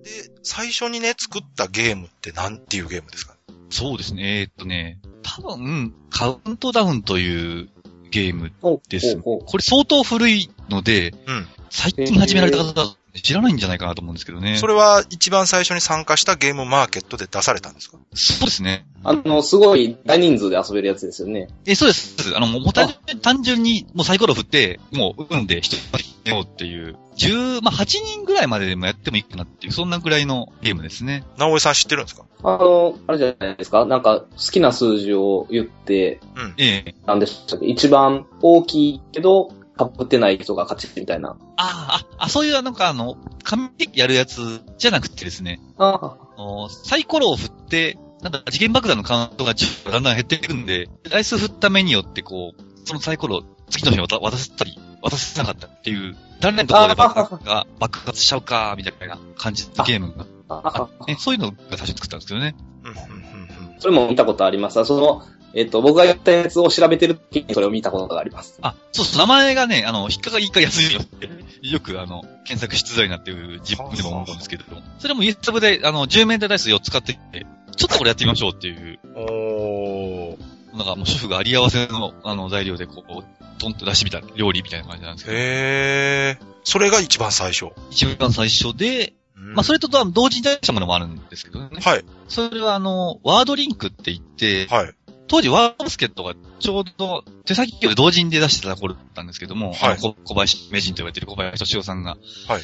[SPEAKER 1] で、最初にね、作ったゲームってなんていうゲームですか
[SPEAKER 3] そうですね、えーっとね、多分、カウントダウンというゲーム
[SPEAKER 2] お
[SPEAKER 3] です。
[SPEAKER 2] おお
[SPEAKER 3] これ相当古いので、
[SPEAKER 1] うん
[SPEAKER 3] 最近始められた方だって知らないんじゃないかなと思うんですけどね。
[SPEAKER 1] それは一番最初に参加したゲームマーケットで出されたんですか
[SPEAKER 3] そうですね。
[SPEAKER 2] あの、すごい大人数で遊べるやつですよね。
[SPEAKER 3] え、そうです。そうですあの、もう単純に単純に、もうサイコロ振って、もう、うんで、一人で決めようっていう、十、まあ、8人ぐらいまででもやってもいいかなっていう、そんなぐらいのゲームですね。
[SPEAKER 1] 直江さん知ってるんですか
[SPEAKER 2] あの、あれじゃないですかなんか、好きな数字を言って、
[SPEAKER 1] うん。
[SPEAKER 3] ええ
[SPEAKER 2] なんでしたっけ一番大きいけど、かぶってない人が勝ちみたいな。
[SPEAKER 3] ああ、あ、そういう、なんかあの、紙でやるやつじゃなくてですね、
[SPEAKER 2] あ
[SPEAKER 3] あのサイコロを振って、なんだ、次元爆弾のカウントがちょっとだんだん減っていくんで、ライス振った目によって、こう、そのサイコロ、次の日渡渡せたり、渡せなかったっていう、誰のところで爆発が爆発しちゃうか、みたいな感じのゲームが
[SPEAKER 2] あ
[SPEAKER 3] あ
[SPEAKER 2] あ
[SPEAKER 3] っ、て、そういうのが最初作ったんですけどね。
[SPEAKER 1] うん、うん、うん。
[SPEAKER 2] それも見たことあります。その、えっ、と、僕がやったやつを調べてる時にそれを見たことがあります。
[SPEAKER 3] あ、そうそう、名前がね、あの、引っかかりか安いよって、よくあの、検索しづらいなっていう自分でも思うんですけれども、それも YouTube で、あの、10メーターダイスを使ってきて、ちょっとこれやってみましょうっていう、
[SPEAKER 1] おー。
[SPEAKER 3] なんかもう主婦があり合わせの、あの、材料でこう、トンと出してみた料理みたいな感じなんですけど、
[SPEAKER 1] へー。それが一番最初。
[SPEAKER 3] 一番最初で、まあ、そ
[SPEAKER 1] れ、
[SPEAKER 3] れと同時に出したものもあるんですけどね。
[SPEAKER 1] はい、
[SPEAKER 3] それはあの、ワードリンクって言って、
[SPEAKER 1] はい。
[SPEAKER 3] 当時ワードバスケットがちょうど手先業で同時に出してた頃だったんですけども、
[SPEAKER 1] はい
[SPEAKER 3] あのこ小林名人と言われてる小林敏夫さんが、
[SPEAKER 1] はい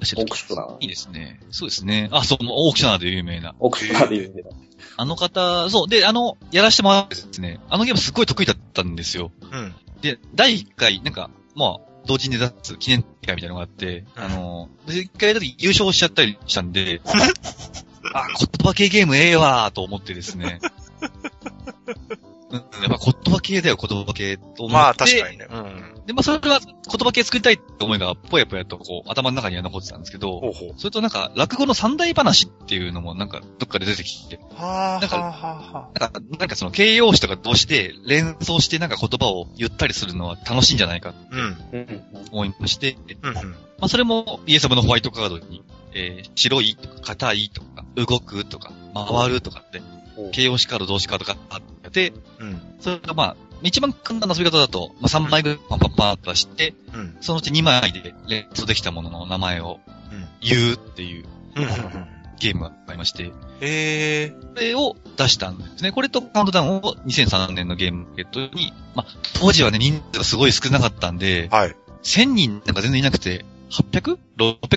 [SPEAKER 3] 出して
[SPEAKER 2] オ
[SPEAKER 3] た
[SPEAKER 2] ークショナー
[SPEAKER 3] い。いですね。そうですね。あ、そう、もうオークショナーで有名な。
[SPEAKER 2] オークショナーで言うんで。
[SPEAKER 3] あの方、そう、で、あの、やらしてもらってですね、あのゲームすっごい得意だったんですよ。
[SPEAKER 1] うん。
[SPEAKER 3] で、第1回、なんか、まあ、同時に出す記念大会みたいなのがあって、
[SPEAKER 1] うん
[SPEAKER 3] あの、で、一回やった時優勝しちゃったりしたん で、あ、言葉系ゲームええわーと思ってですね。うん、やっぱ言葉系だよ、言葉系と思って。
[SPEAKER 1] まあ、確かにね。うん。
[SPEAKER 3] で、まあ、それは言葉系作りたいって思いが、ぽやぽやとこう、頭の中には残ってたんですけど、
[SPEAKER 1] ほうほう。
[SPEAKER 3] それとなんか、落語の三大話っていうのもなんか、どっかで出てきて、
[SPEAKER 1] は
[SPEAKER 3] だ
[SPEAKER 1] ー
[SPEAKER 3] か
[SPEAKER 1] は
[SPEAKER 3] ら
[SPEAKER 1] ーはーは
[SPEAKER 3] なんか、なんかその形容詞とかどうして、連想してなんか言葉を言ったりするのは楽しいんじゃないかと
[SPEAKER 1] ー。うん。
[SPEAKER 2] うんうん
[SPEAKER 3] 思いまして、
[SPEAKER 1] うん、うん。
[SPEAKER 3] まあそれも、イエサブのホワイトカードに、えー白いとか、硬いとか、動くとか、回るとかって
[SPEAKER 2] お、
[SPEAKER 3] 形容詞カード、動詞カードがあって、
[SPEAKER 1] うん。
[SPEAKER 3] それがまあ、一番簡単な遊び方だと、まあ、3枚ぐらいパンパンパンと出して、
[SPEAKER 1] うん。
[SPEAKER 3] そのうち2枚で連想できたものの名前を
[SPEAKER 1] うん
[SPEAKER 3] 言うっていう
[SPEAKER 1] うんうん うん。
[SPEAKER 3] ゲームがありまして、
[SPEAKER 1] えー。
[SPEAKER 3] これを出したんですね。これとカウントダウンを2003年のゲームマーケットに、まあ、当時はね、人数がすごい少なかったんで、
[SPEAKER 1] はい。
[SPEAKER 3] 1000人なんか全然いなくて、800?600?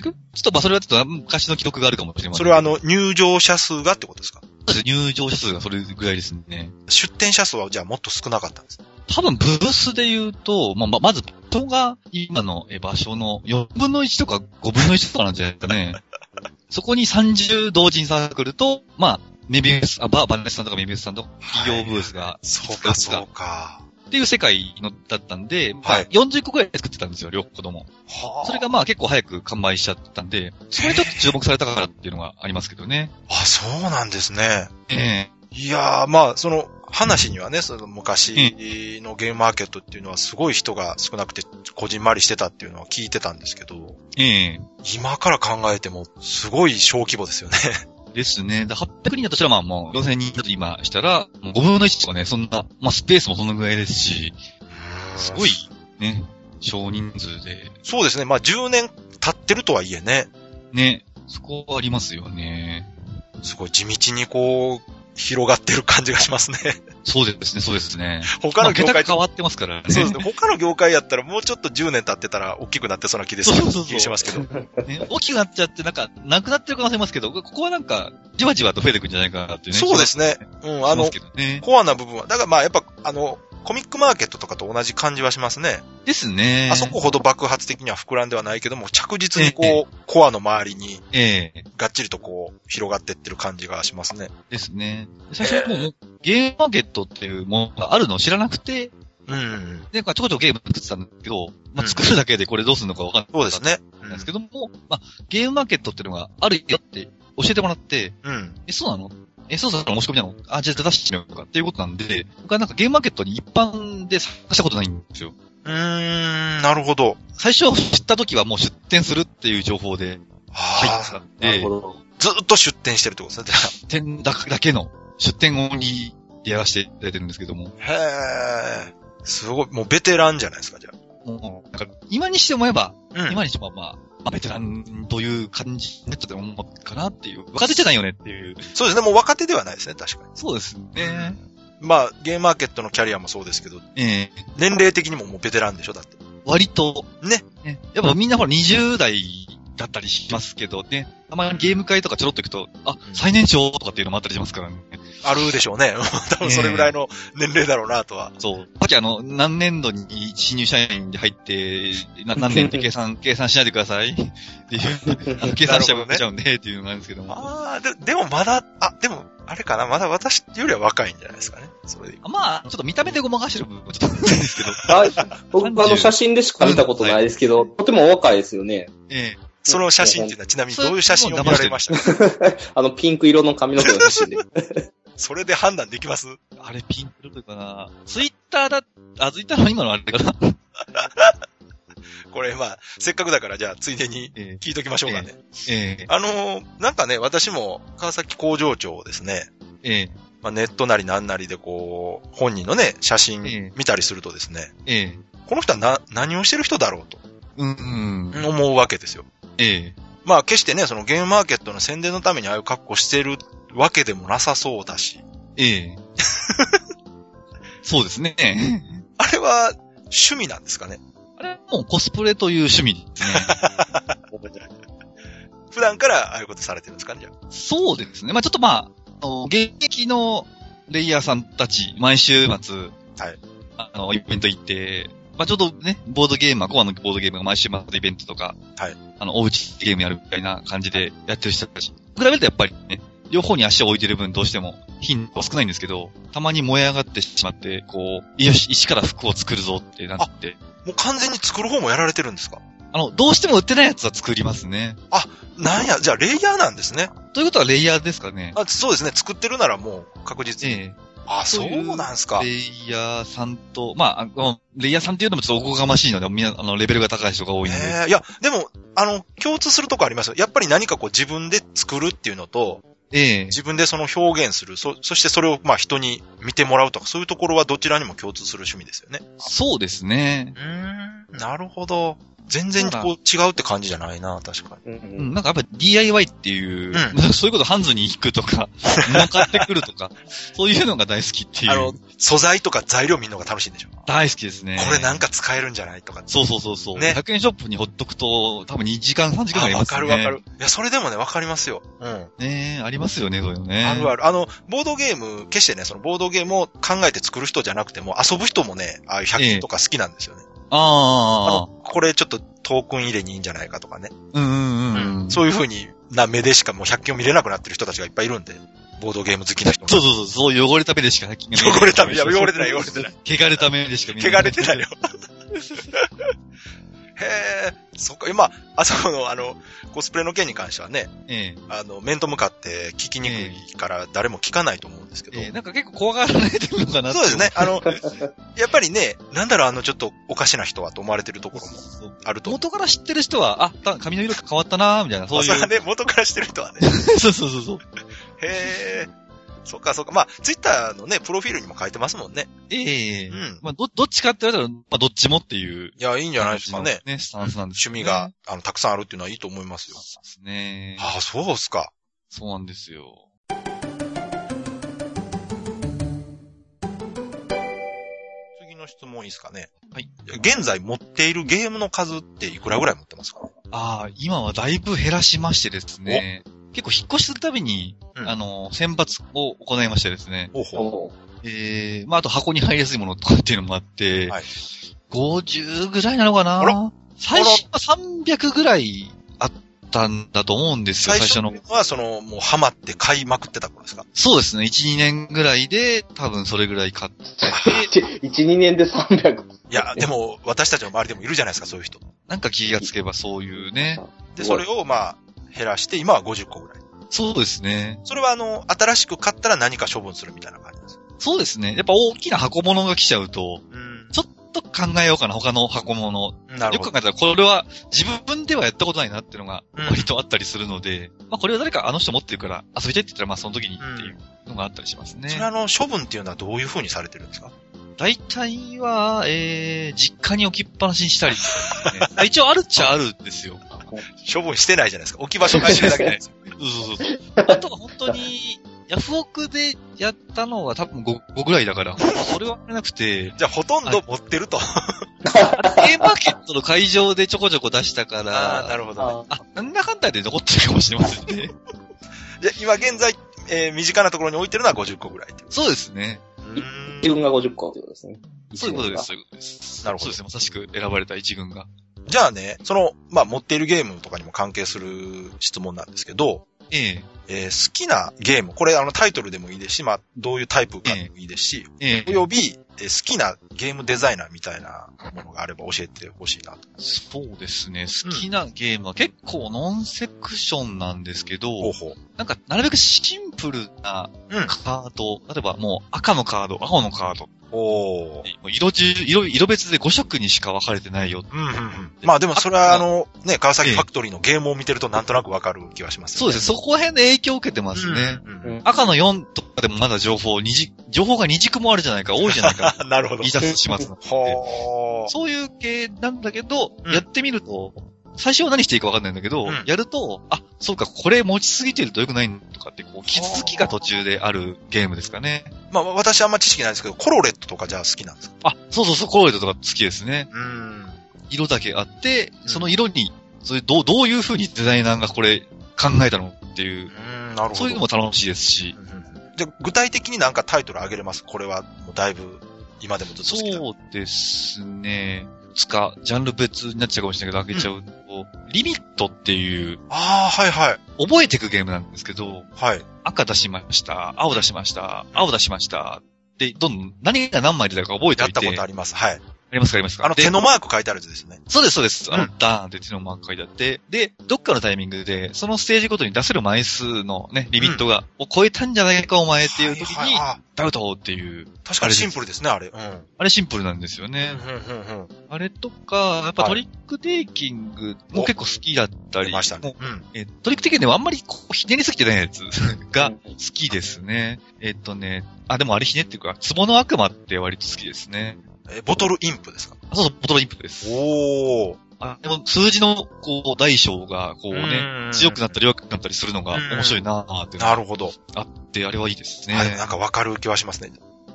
[SPEAKER 3] ちょっとまあそれはちょっと昔の記録があるかもしれません。
[SPEAKER 1] それはあの、入場者数がってことですか
[SPEAKER 3] そうですね入場者数がそれぐらいですね。
[SPEAKER 1] 出店者数はじゃあもっと少なかったんです。
[SPEAKER 3] 多分ブースで言うと、まあ、まあまず、人が今のえ場所の4分の1とか5分の1とかなんじゃないです かね。そこに30同人サークルと、まあ、メビウス、あ、ババネスさんとかメビウスさんとか、企業ブースが、
[SPEAKER 1] そうか、そうか。
[SPEAKER 3] っていう世界のだったんで、まあ
[SPEAKER 1] はい
[SPEAKER 3] 40個くらい作ってたんですよ、両方とも。
[SPEAKER 1] はあ
[SPEAKER 3] それがまあ結構早く完売しちゃったんで、それにちょっと注目されたからっていうのがありますけ どね。
[SPEAKER 1] あ、そうなんですね。
[SPEAKER 3] え
[SPEAKER 1] いやー、まあ、その、話にはね、その昔のゲームマーケットっていうのはすごい人が少なくて、こじんまりしてたっていうのは聞いてたんですけど、
[SPEAKER 3] ええ
[SPEAKER 1] 今から考えても、すごい小規模ですよね。
[SPEAKER 3] えですね。だ800人だとしたらまあもう4000人だと今したら、もう5分の1とかね、そんな、まあスペースもそのぐらいですし、すごい。ね、少人数で、
[SPEAKER 1] そうですね。まあ、10年経ってるとはいえね、
[SPEAKER 3] ね、そこはありますよね。
[SPEAKER 1] すごい地道にこう、広がってる感じがしますね。
[SPEAKER 3] そうですね、そうですね。
[SPEAKER 1] 他の
[SPEAKER 3] まあ
[SPEAKER 1] 業
[SPEAKER 3] 桁
[SPEAKER 1] 界
[SPEAKER 3] が
[SPEAKER 1] と、
[SPEAKER 3] 変わってますからね。
[SPEAKER 1] そうですね。他の業界やったらもうちょっと10年経ってたら大きくなってそうな気ですけど
[SPEAKER 3] そうそうそう
[SPEAKER 1] 気がしますけど。
[SPEAKER 3] ね大きくなっちゃって、なんか、なくなってる可能性ありますけど、ここはなんか、じわじわと増えていくんじゃないかなっていうね。
[SPEAKER 1] そうですね。うん、あ
[SPEAKER 3] あの
[SPEAKER 1] の、、
[SPEAKER 3] ね、
[SPEAKER 1] コアな部分は、だからまあやっぱ、あの、コミックマーケットとかと同じ感じはしますね。
[SPEAKER 3] ですね。
[SPEAKER 1] あそこほど爆発的には膨らんではないけども、着実にこう、コアの周りに
[SPEAKER 3] ええ
[SPEAKER 1] がっちりとこう、広がってってる感じがしますね。
[SPEAKER 3] ですね。最初もう、ゲームマーケットっていうものがあるのを知らなくて、
[SPEAKER 1] うん。
[SPEAKER 3] で、まあちょこちょこゲーム作ってたんですけど、
[SPEAKER 1] う
[SPEAKER 3] ま
[SPEAKER 1] ん
[SPEAKER 3] あ、作るだけでこれどうするのかわかんない。
[SPEAKER 1] そうです。ね。う
[SPEAKER 3] なんですけ
[SPEAKER 1] ん
[SPEAKER 3] ども、まあ、ゲームマーケットっていうのがあるよって教えてもらって、
[SPEAKER 1] うん。
[SPEAKER 3] え、そうなのえ、そうだから申し込みなのあ、じゃあ出してみようかっていうことなんで、僕はなんかゲームマーケットに一般で参加したことないんですよ。
[SPEAKER 1] うーん、なるほど。
[SPEAKER 3] 最初知った時はもう出店するっていう情報で入
[SPEAKER 1] は
[SPEAKER 3] ってた
[SPEAKER 1] あ、
[SPEAKER 3] ん
[SPEAKER 2] なる
[SPEAKER 3] で
[SPEAKER 2] ほ、ど。
[SPEAKER 1] ずっと出店してるってことですね。
[SPEAKER 3] 出店だけの、出店オンリーでやらせていただいてるんですけども、
[SPEAKER 1] へえ。すごい、もうベテランじゃないですか、じゃあ。
[SPEAKER 3] もう、なんか、今にして思えば、
[SPEAKER 1] うん。
[SPEAKER 3] 今にしてもまあ、まあ、ベテランという感じになっちゃって思うかなっていう。若手じゃないよねっていう。
[SPEAKER 1] そうですね、もう若手ではないですね、確かに。
[SPEAKER 3] そうですね。
[SPEAKER 1] まあ、ゲームマーケットのキャリアもそうですけど、
[SPEAKER 3] ええ
[SPEAKER 1] 年齢的にももうベテランでしょ、だって。
[SPEAKER 3] 割と。
[SPEAKER 1] ね
[SPEAKER 3] ね。やっぱみんなほら20代だったりしますけどね。たまにゲーム会とかちょろっと行くと、あ、最年長とかっていうのもあったりしますからね。
[SPEAKER 1] あるでしょうね。 多分それぐらいの年齢だろうな、とは。
[SPEAKER 3] そう。さっきあの、何年度に新入社員で入って、な何年って計 算、計算しないでください。って いう、あの計算しちゃ
[SPEAKER 1] なるほど
[SPEAKER 3] う
[SPEAKER 1] ね
[SPEAKER 3] しちゃうんで、っていうのがあるんですけども。
[SPEAKER 1] ああ、で、でもまだ、あ、でも、あれかな、まだ私よりは若いんじゃないですかね。それで。
[SPEAKER 3] まあ、ちょっと見た目でごまかしてる部分もちょっとあるんですけど。
[SPEAKER 2] あ僕あの
[SPEAKER 3] 30
[SPEAKER 2] 写真でしか見たことないですけど、とてもお若いですよね。
[SPEAKER 3] ええ
[SPEAKER 1] その写真っていうのは、ちなみにどういう写真を見られました か
[SPEAKER 2] あのピンク色の髪の毛の写真で。
[SPEAKER 1] それで判断できます
[SPEAKER 3] あれピンクルかなツイッターだ、あ、ツイッターの今のあれかな
[SPEAKER 1] これ、まあ、せっかくだから、じゃあ、ついでに
[SPEAKER 3] え
[SPEAKER 1] 聞いときましょうかね。
[SPEAKER 3] ええ
[SPEAKER 1] あのーなんかね、私も、川崎工場長をですね、
[SPEAKER 3] ええ
[SPEAKER 1] まあ、ネットなりなんなりでこう、本人のね、写真
[SPEAKER 3] ええ
[SPEAKER 1] 見たりするとですね、
[SPEAKER 3] ええ
[SPEAKER 1] この人はな、何をしてる人だろうと
[SPEAKER 3] うん、うん。
[SPEAKER 1] 思うわけですよ。
[SPEAKER 3] ええ
[SPEAKER 1] まあ、決してね、そのゲームマーケットの宣伝のためにああいう格好してるわけでもなさそうだし、
[SPEAKER 3] ええ そうですね。
[SPEAKER 1] あれは趣味なんですかね。
[SPEAKER 3] あれはもうコスプレという趣味ですね。
[SPEAKER 1] 普段からああいうことされてるんですかね、じゃあ。
[SPEAKER 3] そうですね。まあちょっとまあ、あの現役のレイヤーさんたち、毎週末、
[SPEAKER 1] はい。
[SPEAKER 3] あの、イベント行って、まあちょうどね、ボードゲームは、コアのボードゲームが毎週末イベントとか、
[SPEAKER 1] はい。
[SPEAKER 3] あの、おうちゲームやるみたいな感じでやってる人たち。比べるとやっぱりね、両方に足を置いてる分どうしても頻度は少ないんですけど、たまに燃え上がってしまって、こう、よし、一から服を作るぞってなって、
[SPEAKER 1] もう完全に作る方もやられてるんですか
[SPEAKER 3] あの、どうしても売ってないやつは作りますね。
[SPEAKER 1] なんや、じゃあレイヤーなんですね。
[SPEAKER 3] ということはレイヤーですかね。
[SPEAKER 1] あそうですね、作ってるならもう確実に。
[SPEAKER 3] ええ
[SPEAKER 1] あ、そ
[SPEAKER 3] そういう
[SPEAKER 1] うなんすか
[SPEAKER 3] レ。イヤーさんと、まあ、あの、レイヤーさんっていうのもちょっとおこがましいので、みんな、あの、レベルが高い人が多いので。
[SPEAKER 1] ええいや、でも、あの、共通するとこありますよ。やっぱり何かこう自分で作るっていうのと、
[SPEAKER 3] ええ
[SPEAKER 1] 自分でその表現する、そ、そしてそれをまあ人に見てもらうとか、そういうところはどちらにも共通する趣味ですよね。
[SPEAKER 3] そうですね。
[SPEAKER 1] うん、なるほど。全然
[SPEAKER 3] ただ
[SPEAKER 1] こう違うって感じじゃないな、確かに。
[SPEAKER 2] うんう
[SPEAKER 3] うんん、なんかやっぱり DIY っていう、
[SPEAKER 1] ん
[SPEAKER 3] なんかそういうことハンズに行く とか、向かってくるとか、そういうのが大好きってい
[SPEAKER 1] あの
[SPEAKER 3] う。、
[SPEAKER 1] 素材とか材料見るのが楽しいんでしょ。
[SPEAKER 3] 大好きですね。
[SPEAKER 1] これなんか使えるんじゃないとかって。
[SPEAKER 3] そうそうそうそう、
[SPEAKER 1] ね
[SPEAKER 3] 100円ショップにほっとくと、多分2時間、3時間あり
[SPEAKER 1] あ
[SPEAKER 3] ま
[SPEAKER 1] わ
[SPEAKER 3] す
[SPEAKER 1] か
[SPEAKER 3] よ
[SPEAKER 1] る
[SPEAKER 3] ね。
[SPEAKER 1] わかる。いや、それでもね、わかりますよ。うん。
[SPEAKER 3] ねえありますよね、そういうのね。
[SPEAKER 1] あるある。あの、ボードゲーム、決してね、そのボードゲームを考えて作る人じゃなくても、遊ぶ人もね、ああいう100均とか好きなんですよね。あ
[SPEAKER 3] あ
[SPEAKER 1] の、これちょっとトークン入れにいいんじゃないかとかね。
[SPEAKER 3] あ、うんうんうん。
[SPEAKER 1] そういう風にな目でしかもう100均を見れなくなってる人たちがいっぱいいるんで、ボードゲーム好きな人も。
[SPEAKER 3] そうそうそう、そう汚れた目でしか発見が。
[SPEAKER 1] 汚れた目いや汚れてない汚れてない
[SPEAKER 3] 汚れた目でしか見。
[SPEAKER 1] 汚れてないいよ。 へえ、そっか、今、あそこの、あの、コスプレの件に関してはね、
[SPEAKER 3] ええ
[SPEAKER 1] あの、面と向かって聞きにくいから誰も聞かないと思うんですけど。
[SPEAKER 3] ええなんか結構怖がられてるのかなって
[SPEAKER 1] そう ですね。あの、やっぱりね、なんだろう、あの、ちょっとおかしな人はと思われてるところも
[SPEAKER 3] そう
[SPEAKER 1] あると思う。
[SPEAKER 3] 元から知ってる人は、あ、た髪の色変わったなーみたいな、そう い
[SPEAKER 1] まあそれは
[SPEAKER 3] う。
[SPEAKER 1] ね、元からしてる人はね。
[SPEAKER 3] そうそうそうそう。
[SPEAKER 1] へえ。そっかそっか。まあ、ツイッターのね、プロフィールにも書いてますもんね。
[SPEAKER 3] ええ
[SPEAKER 1] うん
[SPEAKER 3] まあ、ど、どっちかって言われたら、まあ、どっちもっていう。
[SPEAKER 1] いや、いいんじゃないですかね。
[SPEAKER 3] ね、スタンスなんで
[SPEAKER 1] 趣
[SPEAKER 3] すよ
[SPEAKER 1] 味が、あの、たくさんあるっていうのはいいと思いますよ。
[SPEAKER 3] そうですね。
[SPEAKER 1] ああ、そうっすか。
[SPEAKER 3] そうなんですよ。
[SPEAKER 1] 次の質問いいですかね。
[SPEAKER 3] はい。
[SPEAKER 1] 現在持っているゲームの数っていくらぐらい持ってますか
[SPEAKER 3] ああ、今はだいぶ減らしましてですね。結構引っ越しするたびに、
[SPEAKER 1] うん
[SPEAKER 3] あの、選抜を行いましてですね。
[SPEAKER 1] ほうほう。
[SPEAKER 3] ええまあ、あと箱に入りやすいものとかっていうのもあって、
[SPEAKER 1] はい
[SPEAKER 3] 50ぐらいなのか
[SPEAKER 1] あ
[SPEAKER 3] な最初は300ぐらいあったんだと思うんですよ、
[SPEAKER 1] 最初
[SPEAKER 3] 最初の
[SPEAKER 1] の。は、その、もうハマって買いまくってた頃ですか
[SPEAKER 3] そうですね、1、2年ぐらいで、多分それぐらい買ってて、
[SPEAKER 2] 1、2年で300。
[SPEAKER 1] いや、でも、私たちの周りでもいるじゃないですか、そういう人。
[SPEAKER 3] なんか気がつけばそういうね。
[SPEAKER 1] で、それを、まあ、減らして、今は50個ぐらい。
[SPEAKER 3] そうですね。
[SPEAKER 1] それは、あの、新しく買ったら何か処分するみたいな感じです。
[SPEAKER 3] そうですね。やっぱ大きな箱物が来ちゃうと、
[SPEAKER 1] うん
[SPEAKER 3] ちょっと考えようかな、他の箱物。
[SPEAKER 1] なる
[SPEAKER 3] よ
[SPEAKER 1] ほど。
[SPEAKER 3] く考えたら、これは自分ではやったことないなっていうのが
[SPEAKER 1] うん
[SPEAKER 3] 割とあったりするので、まあこれは誰かあの人持ってるから遊びたいって言ったら、まあその時にっていうのがあったりしますね
[SPEAKER 1] そ。れあの、処分っていうのはどういう風にされてるんですか
[SPEAKER 3] 大体は、えー、実家に置きっぱなしにしたり、ね あ一応あるっちゃあるんですよ。
[SPEAKER 1] 処分してないじゃないですか。置き場所変えてるだけで。
[SPEAKER 3] そうそうそう。あとは本当に、ヤフオクでやったのは多分 5, 5ぐらいだから、それはなくて、
[SPEAKER 1] じゃあ、ほとんど持ってると。
[SPEAKER 3] ゲームマーケットの会場でちょこちょこ出したから、
[SPEAKER 1] あー、なるほどね。
[SPEAKER 2] あ
[SPEAKER 3] あ、なんだかんだで残ってるかもしれません ね。
[SPEAKER 1] じゃあ、今現在、えー身近なところに置いてるのは50個ぐらいっていう。
[SPEAKER 3] そうですね。
[SPEAKER 1] うん
[SPEAKER 2] 自分が50個ということですね。
[SPEAKER 3] そういうことです。
[SPEAKER 2] 一
[SPEAKER 3] そういうことです。
[SPEAKER 1] なるほど
[SPEAKER 3] そうですね。まさしく選ばれた一軍が。
[SPEAKER 1] じゃあね、その、まあ、持っているゲームとかにも関係する質問なんですけど、
[SPEAKER 3] ええ、
[SPEAKER 1] えー好きなゲーム、これあのタイトルでもいいですし、まあ、どういうタイプかでもいいですし、
[SPEAKER 3] え
[SPEAKER 1] お。
[SPEAKER 3] え
[SPEAKER 1] よび、えー好きなゲームデザイナーみたいなものがあれば教えてほしいなと。
[SPEAKER 3] そうですね。好きなゲームは結構ノンセクションなんですけど、
[SPEAKER 1] ほうほう。
[SPEAKER 3] なんか、なるべくシンプルな
[SPEAKER 1] うん
[SPEAKER 3] カード、例えばもう赤のカード、青のカード、
[SPEAKER 1] おー。
[SPEAKER 3] もう色中色、色別で5色にしか分かれてないよ。
[SPEAKER 1] うんうんうん。まあでもそれはあの、ね、川崎ファクトリーのゲームを見てるとなんとなくわかる気はします
[SPEAKER 3] そう
[SPEAKER 1] よ
[SPEAKER 3] で
[SPEAKER 1] ね。
[SPEAKER 3] すね。そこら辺で影響を受けてますね。
[SPEAKER 1] うんうん
[SPEAKER 2] うん
[SPEAKER 3] 赤の4とかでもまだ情報、二軸情報が2軸もあるじゃないか、多いじゃな いか、
[SPEAKER 1] あなるほど
[SPEAKER 3] 言い。出す始末 なんで
[SPEAKER 1] ほー。
[SPEAKER 3] そういう系なんだけど、
[SPEAKER 1] うん
[SPEAKER 3] やってみると、最初は何していいか分かんないんだけど、
[SPEAKER 1] うん
[SPEAKER 3] やると、あ、そうか、これ持ちすぎてると良くないとかって、こう、気づきが途中であるゲームですかね。
[SPEAKER 1] まあ私あんま知識ないですけど、コロレットとかじゃあ好きなんですか
[SPEAKER 3] あ、そうそうそう、コロイドとか好きですね。
[SPEAKER 1] うん。
[SPEAKER 3] 色だけあって、
[SPEAKER 1] うん
[SPEAKER 3] その色に、それどう、どういう風にデザイナーがこれ考えたのっていう、
[SPEAKER 1] うん、なるほど。
[SPEAKER 3] そういうのも楽しいですし。
[SPEAKER 1] じゃあ具体的になんかタイトル上げれますこれはもうだいぶ今でもずっと好きだ。
[SPEAKER 3] そうですね。つか、ジャンル別になっちゃうかもしれないけど、開けちゃうと、リミットっていう、
[SPEAKER 1] ああ、はいはい。
[SPEAKER 3] 覚えていくゲームなんですけど、
[SPEAKER 1] はい。
[SPEAKER 3] 赤出しました、青出しました、青出しました、で、どんどん、何が何枚出たか覚えて
[SPEAKER 1] や
[SPEAKER 3] お
[SPEAKER 1] っ
[SPEAKER 3] い
[SPEAKER 1] た
[SPEAKER 3] て。
[SPEAKER 1] ことあります。はい。
[SPEAKER 3] ありますかありますか
[SPEAKER 1] あの
[SPEAKER 3] で
[SPEAKER 1] 手のマーク書いてあるやつですね。
[SPEAKER 3] そうです、そうです。あの、
[SPEAKER 1] う
[SPEAKER 3] ダーンって手のマーク書いてあって、で、どっかのタイミングで、そのステージごとに出せる枚数のね、リミットが、を超えたんじゃないか、お前っていう時
[SPEAKER 1] はいはい
[SPEAKER 3] に、
[SPEAKER 1] あ
[SPEAKER 3] ダウトっていう、
[SPEAKER 1] ー確かにシンプルですね、あれ。うん。
[SPEAKER 3] あれシンプルなんですよね。
[SPEAKER 1] うん、うん、
[SPEAKER 3] あれとか、やっぱ
[SPEAKER 1] はい
[SPEAKER 3] トリックテイキングも結構好きだった
[SPEAKER 1] あ
[SPEAKER 3] り、
[SPEAKER 1] りましたね。うん。
[SPEAKER 3] えトリックテイキングでもあんまりこうひねりすぎてないや つが
[SPEAKER 2] うん
[SPEAKER 3] 好きですね。えっとね、あ、でもあれひねっていうか、ツボの悪魔って割と好きですね。
[SPEAKER 1] えボトルインプですか
[SPEAKER 3] あそうそう、ボトルインプです。
[SPEAKER 1] おー。
[SPEAKER 3] あでも数字のこう、大小がこうね、
[SPEAKER 1] うん
[SPEAKER 3] 強くなったり弱くなったりするのが面白いなーっていうの
[SPEAKER 1] な
[SPEAKER 3] が
[SPEAKER 1] るほど。
[SPEAKER 3] あって、あれはいいですね。
[SPEAKER 1] はいなんかわかる気はしますね。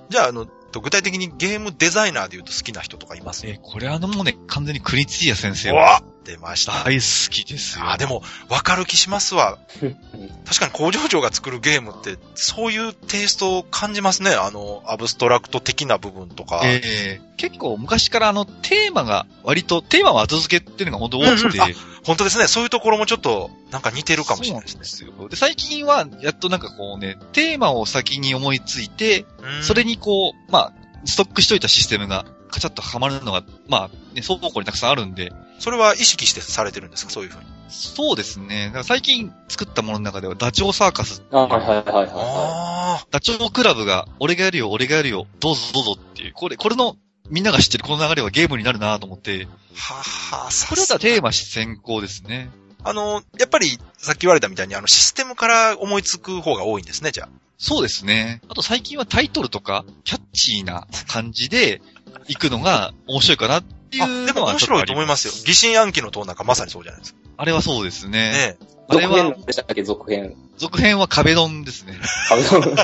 [SPEAKER 1] じゃあ、あの、と、具体的にゲームデザイナーで言うと好きな人とかいます
[SPEAKER 3] えーこれあのもうね、完全にクリツィア先生
[SPEAKER 1] う
[SPEAKER 3] は
[SPEAKER 1] わ出ました。
[SPEAKER 3] 大好きですよ。
[SPEAKER 1] あー、でも、わかる気しますわ。
[SPEAKER 2] うん
[SPEAKER 1] 確かに工場長が作るゲームって、そういうテイストを感じますね。あの、アブストラクト的な部分とか。
[SPEAKER 3] えー結構昔からあのテーマが割と、テーマは後付けっていうのが本当多くて、
[SPEAKER 1] うんうん本当ですね。そういうところもちょっと、なんか似てるかもしれないですね。
[SPEAKER 3] そうなんですよ。で、最近は、やっとなんかこうね、テーマを先に思いついて、
[SPEAKER 1] うん
[SPEAKER 3] それにこう、まあ、ストックしといたシステムが、カチャッとはまるのが、まあ、ね、双方向にたくさんあるんで、
[SPEAKER 1] それは意識してされてるんですかそういうふうに。
[SPEAKER 3] そうですね。だから最近作ったものの中では、ダチョウサーカス、
[SPEAKER 2] あ、はいはいはいはいは
[SPEAKER 1] あ
[SPEAKER 3] ダチョウクラブが、俺がやるよ、俺がやるよ、どうぞどうぞっていう、これ、これの、みんなが知ってるこの流れはゲームになるなと思って、
[SPEAKER 1] あ。はは
[SPEAKER 3] こ
[SPEAKER 1] そ
[SPEAKER 3] れはテーマ先行ですね。
[SPEAKER 1] あの、やっぱり、さっき言われたみたいに、あの、システムから思いつく方が多いんですね、じゃあ。
[SPEAKER 3] そうですね。あと最近はタイトルとか、キャッチーな感じで行くのが面白いかなってい
[SPEAKER 1] あ
[SPEAKER 3] う
[SPEAKER 1] で
[SPEAKER 3] の
[SPEAKER 1] も面
[SPEAKER 3] はちょっ
[SPEAKER 1] 白い
[SPEAKER 3] あ
[SPEAKER 1] と
[SPEAKER 3] り
[SPEAKER 1] 思いますよ。疑心暗鬼の塔なんかまさにそうじゃないですか。
[SPEAKER 3] あれはそうですね。
[SPEAKER 1] ねえ
[SPEAKER 2] い。
[SPEAKER 3] あれ
[SPEAKER 2] 続編
[SPEAKER 3] は、
[SPEAKER 2] でしたっけ続編。
[SPEAKER 3] 続編は壁ドンですね。
[SPEAKER 2] 壁ドン。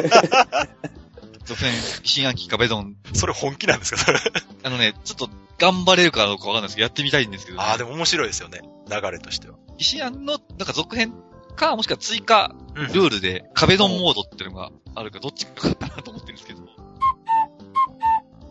[SPEAKER 3] 続編、新暗記壁ドン。
[SPEAKER 1] それ本気なんですかそれ。
[SPEAKER 3] あのね、ちょっと頑張れるかどうかわかんないですけど、やってみたいんですけど、ね。
[SPEAKER 1] ああ、でも面白いですよね。流れとしては。
[SPEAKER 3] 石庵の、なんか続編か、もしくは追加
[SPEAKER 1] うん
[SPEAKER 3] ルールで、壁ドンモードっていうのがあるか、どっちかかなと思ってるんですけど。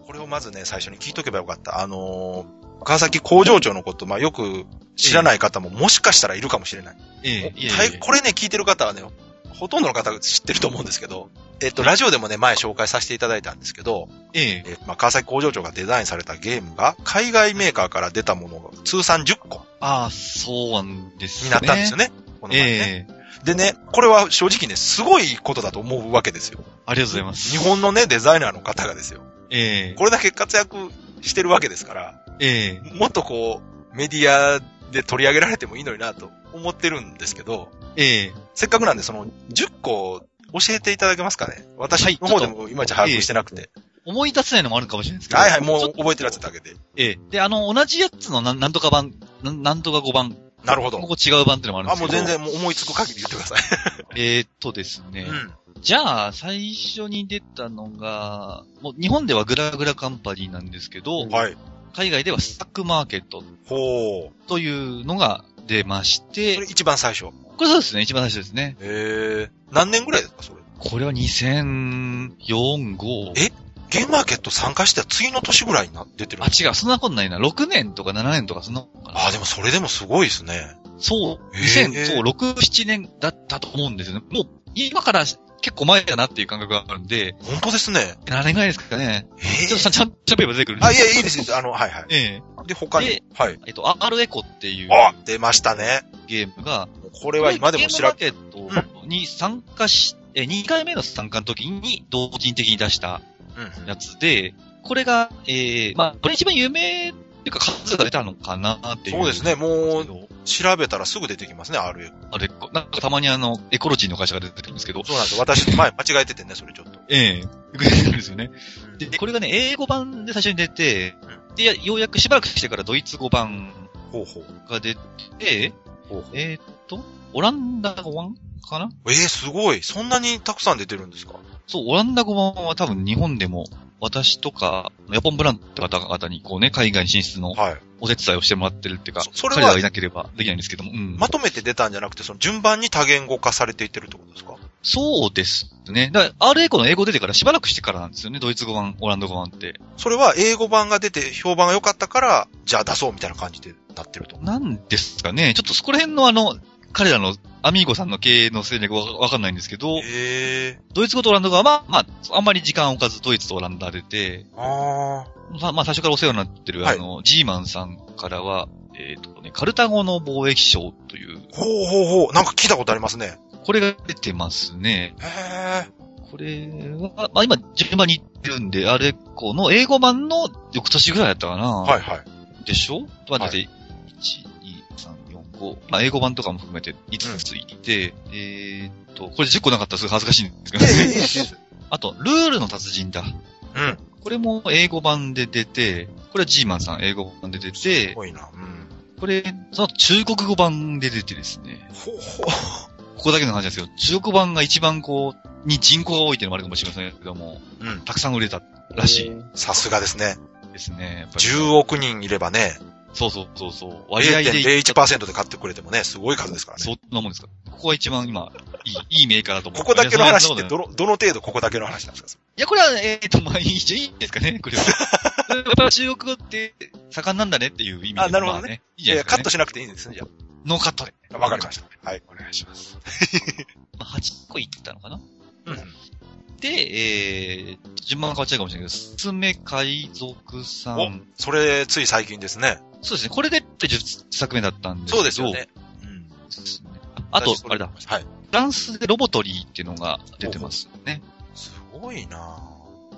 [SPEAKER 1] これをまずね、最初に聞いとけばよかった。あのー川崎工場長のこと、まあ、よく知らない方ももしかしたらいるかもしれない。
[SPEAKER 3] ええ、いえい
[SPEAKER 1] 大
[SPEAKER 3] え。
[SPEAKER 1] これね、聞いてる方はね、ほとんどの方が知ってると思うんですけど、えっと、ラジオでもね、前紹介させていただいたんですけど、
[SPEAKER 3] ええ。
[SPEAKER 1] えまあ、川崎工場長がデザインされたゲームが、海外メーカーから出たものが通算10個
[SPEAKER 3] ああ、そうなんです
[SPEAKER 1] に
[SPEAKER 3] ね。
[SPEAKER 1] なったんですよ
[SPEAKER 3] ね。
[SPEAKER 1] ね。この前ね
[SPEAKER 3] ええ。
[SPEAKER 1] でね、これは正直ね、すごいことだと思うわけですよ。
[SPEAKER 3] ありがとうございます。
[SPEAKER 1] 日本のね、デザイナーの方がですよ。
[SPEAKER 3] ええ。
[SPEAKER 1] これだけ活躍してるわけですから、
[SPEAKER 3] ええ。
[SPEAKER 1] もっとこう、メディアで取り上げられてもいいのになと思ってるんですけど、
[SPEAKER 3] ええ。
[SPEAKER 1] せっかくなんでその10個教えていただけますかね私の方でもいまいち把握してなくて。
[SPEAKER 3] 思い出せないのもあるかもしれないですけど。
[SPEAKER 1] はいはい、もう
[SPEAKER 3] ちょっと
[SPEAKER 1] 覚えてるやつだけで。
[SPEAKER 3] ええ。で、あの、同じやつのなんなんとか版、なんなんとか5番。
[SPEAKER 1] なるほ
[SPEAKER 3] こ
[SPEAKER 1] ど。
[SPEAKER 3] こ違う版っていうのもあるんで
[SPEAKER 1] あ、
[SPEAKER 3] す
[SPEAKER 1] も
[SPEAKER 3] け
[SPEAKER 1] う
[SPEAKER 3] ど。
[SPEAKER 1] 全。然もう思いつく限り言ってください。
[SPEAKER 3] えーっとですね。
[SPEAKER 1] うん。
[SPEAKER 3] じゃあ、最初に出たのが、もう日本ではグラグラカンパニーなんですけど、
[SPEAKER 1] はい。
[SPEAKER 3] 海外ではスタックマーケット
[SPEAKER 1] ほう。
[SPEAKER 3] というのが出まし
[SPEAKER 1] それ
[SPEAKER 3] て、
[SPEAKER 1] 一番最初。
[SPEAKER 3] これそうですね、一番最初ですね。
[SPEAKER 1] ええ。何年ぐらいですか、それ。
[SPEAKER 3] これは2004、5。
[SPEAKER 1] えゲームマーケット参加した次の年ぐらいにな出てる
[SPEAKER 3] あ、。違う、そんなことないな。6年とか7年とかそんなことかな。
[SPEAKER 1] あ、でもそれでもすごいですね。
[SPEAKER 3] そう、
[SPEAKER 1] え
[SPEAKER 3] 2006、
[SPEAKER 1] ー
[SPEAKER 3] そう6 7年だったと思うんですよね。もう、今から結構前だなっていう感覚があるんで、
[SPEAKER 1] 本当ですね。
[SPEAKER 3] 何年ぐらいですかね。
[SPEAKER 1] え
[SPEAKER 3] ちょっと
[SPEAKER 1] え。
[SPEAKER 3] さちゃんと喋れば出てくるんで
[SPEAKER 1] あ、いや、いいですいいです。あの、はいはい。
[SPEAKER 3] え
[SPEAKER 1] で、他に
[SPEAKER 3] で。
[SPEAKER 1] はい。
[SPEAKER 3] え。えっと、R エコっていう
[SPEAKER 1] あ、出ましたね。
[SPEAKER 3] ゲームが、
[SPEAKER 1] これは今でも知ら
[SPEAKER 3] これゲームマーケットに参加し、え、2回目の参加の時に同人的に出した
[SPEAKER 1] うん。
[SPEAKER 3] やつで、これが、えー、まあ、これ一番有名っていうか数が出たのかなっていう。
[SPEAKER 1] そうですね。もう、
[SPEAKER 3] う、
[SPEAKER 1] 調べたらすぐ出てきますね、RF。
[SPEAKER 3] あれ、こなんかたまにあの、エコロジーの会社が出てくるんですけど、
[SPEAKER 1] そうなんですよ。私、前間違えててね、それちょっと。
[SPEAKER 3] ええよく出てくるんですよね。
[SPEAKER 1] うん
[SPEAKER 3] で、これがね、英語版で最初に出て、で、やようやくしばらくしてからドイツ語版
[SPEAKER 1] ほうほう。
[SPEAKER 3] が出て、
[SPEAKER 1] ほうほう
[SPEAKER 3] えーっと、オランダ語版かな
[SPEAKER 1] えー、すごい。そんなにたくさん出てるんですか
[SPEAKER 3] そう、オランダ語版は多分日本でも、私とか、ヤポンブランドの方々にこうね、海外進出の
[SPEAKER 1] はい。
[SPEAKER 3] お手伝いをしてもらってるっていうか、
[SPEAKER 1] そそれは
[SPEAKER 3] 彼らがいなければできないんですけども、うん。
[SPEAKER 1] まとめて出たんじゃなくて、その順番に多言語化されていってるってことですか
[SPEAKER 3] そうですね。だから、RA 語の英語出てからしばらくしてからなんですよね、ドイツ語版、オランダ語版って。
[SPEAKER 1] それは英語版が出て評判が良かったから、じゃあ出そうみたいな感じでなってると。
[SPEAKER 3] なんですかね、ちょっとそこら辺のあの、彼らのアミーゴさんの経営の戦略はわかんないんですけど、
[SPEAKER 1] ええ
[SPEAKER 3] ドイツ語とオランダ語は、まあ、まあ、あんまり時間を置かずドイツとオランダ出て、
[SPEAKER 1] ー。あー。
[SPEAKER 3] まあ、まあ、最初からお世話になってる、
[SPEAKER 1] はい
[SPEAKER 3] あの、ジーマンさんからは、えっ、とね、カルタゴの貿易省という、
[SPEAKER 1] ほうほうほう。なんか聞いたことありますね。
[SPEAKER 3] これが出てますね。
[SPEAKER 1] へえ。
[SPEAKER 3] これは、まあ今、順番に言ってるんで、あれこの英語版の翌年ぐらいだったかな。
[SPEAKER 1] はいはい。
[SPEAKER 3] でしょまあ、だっ
[SPEAKER 1] は
[SPEAKER 3] て、1、2、3、4、5。まあ、英語版とかも含めて5ついて、えーっと、これ10個なかったらすごい恥ずかしいんですけど、ね、 あと、ルールの達人だ。
[SPEAKER 1] うん。
[SPEAKER 3] これも英語版で出て、これはジーマンさん英語版で出
[SPEAKER 1] す
[SPEAKER 3] て、
[SPEAKER 1] ごいな。うん。
[SPEAKER 3] これ、その中国語版で出てですね、
[SPEAKER 1] ほうほう。
[SPEAKER 3] ここだけの話なんですけど、中国語版が一番こう、に人口が多いっていうのもあるかもしれませんけども、
[SPEAKER 1] うん。
[SPEAKER 3] たくさん売れたらしい
[SPEAKER 2] えー
[SPEAKER 1] さすがですね。
[SPEAKER 3] ですね。やっぱり
[SPEAKER 1] 10億人いればね、
[SPEAKER 3] そうそうそうそう。割合で言っちゃった
[SPEAKER 1] 0.01%で買ってくれてもね、すごい数ですからね。
[SPEAKER 3] そんなもんですか。ここが一番今、いい、いいメーカーだと思う。
[SPEAKER 1] ここだけの話って
[SPEAKER 3] いやそんなことない
[SPEAKER 1] どの、どの程度ここだけの話なんですか
[SPEAKER 3] いや、これは、えっ、と、まあ、いいじゃいいんですかね、これは。やっぱ中国語って盛んなんだねっていう意味で。
[SPEAKER 1] あなるほどね
[SPEAKER 3] まあね。いい
[SPEAKER 1] い
[SPEAKER 3] じゃ
[SPEAKER 1] やいや、
[SPEAKER 3] ないですか、
[SPEAKER 1] カ
[SPEAKER 3] ね。
[SPEAKER 1] ットしなくていいんですね、じゃ
[SPEAKER 3] ノーカットで。
[SPEAKER 1] あ。わかりました。はい。
[SPEAKER 3] お願いします。まあ、8個いったのかな
[SPEAKER 1] うん。
[SPEAKER 3] で、えー、順番が変わっちゃうかもしれないけど、すすめ海賊さん。
[SPEAKER 1] それ、つい最近ですね。
[SPEAKER 3] そうですね。これでって10作目だったんですけど。
[SPEAKER 1] そうですよね。うん。
[SPEAKER 3] そうですね。あと
[SPEAKER 1] 私、こ
[SPEAKER 3] あれだ。。
[SPEAKER 1] はい。
[SPEAKER 3] フランスでロボトリーっていうのが出てますよね。
[SPEAKER 1] すごいなぁ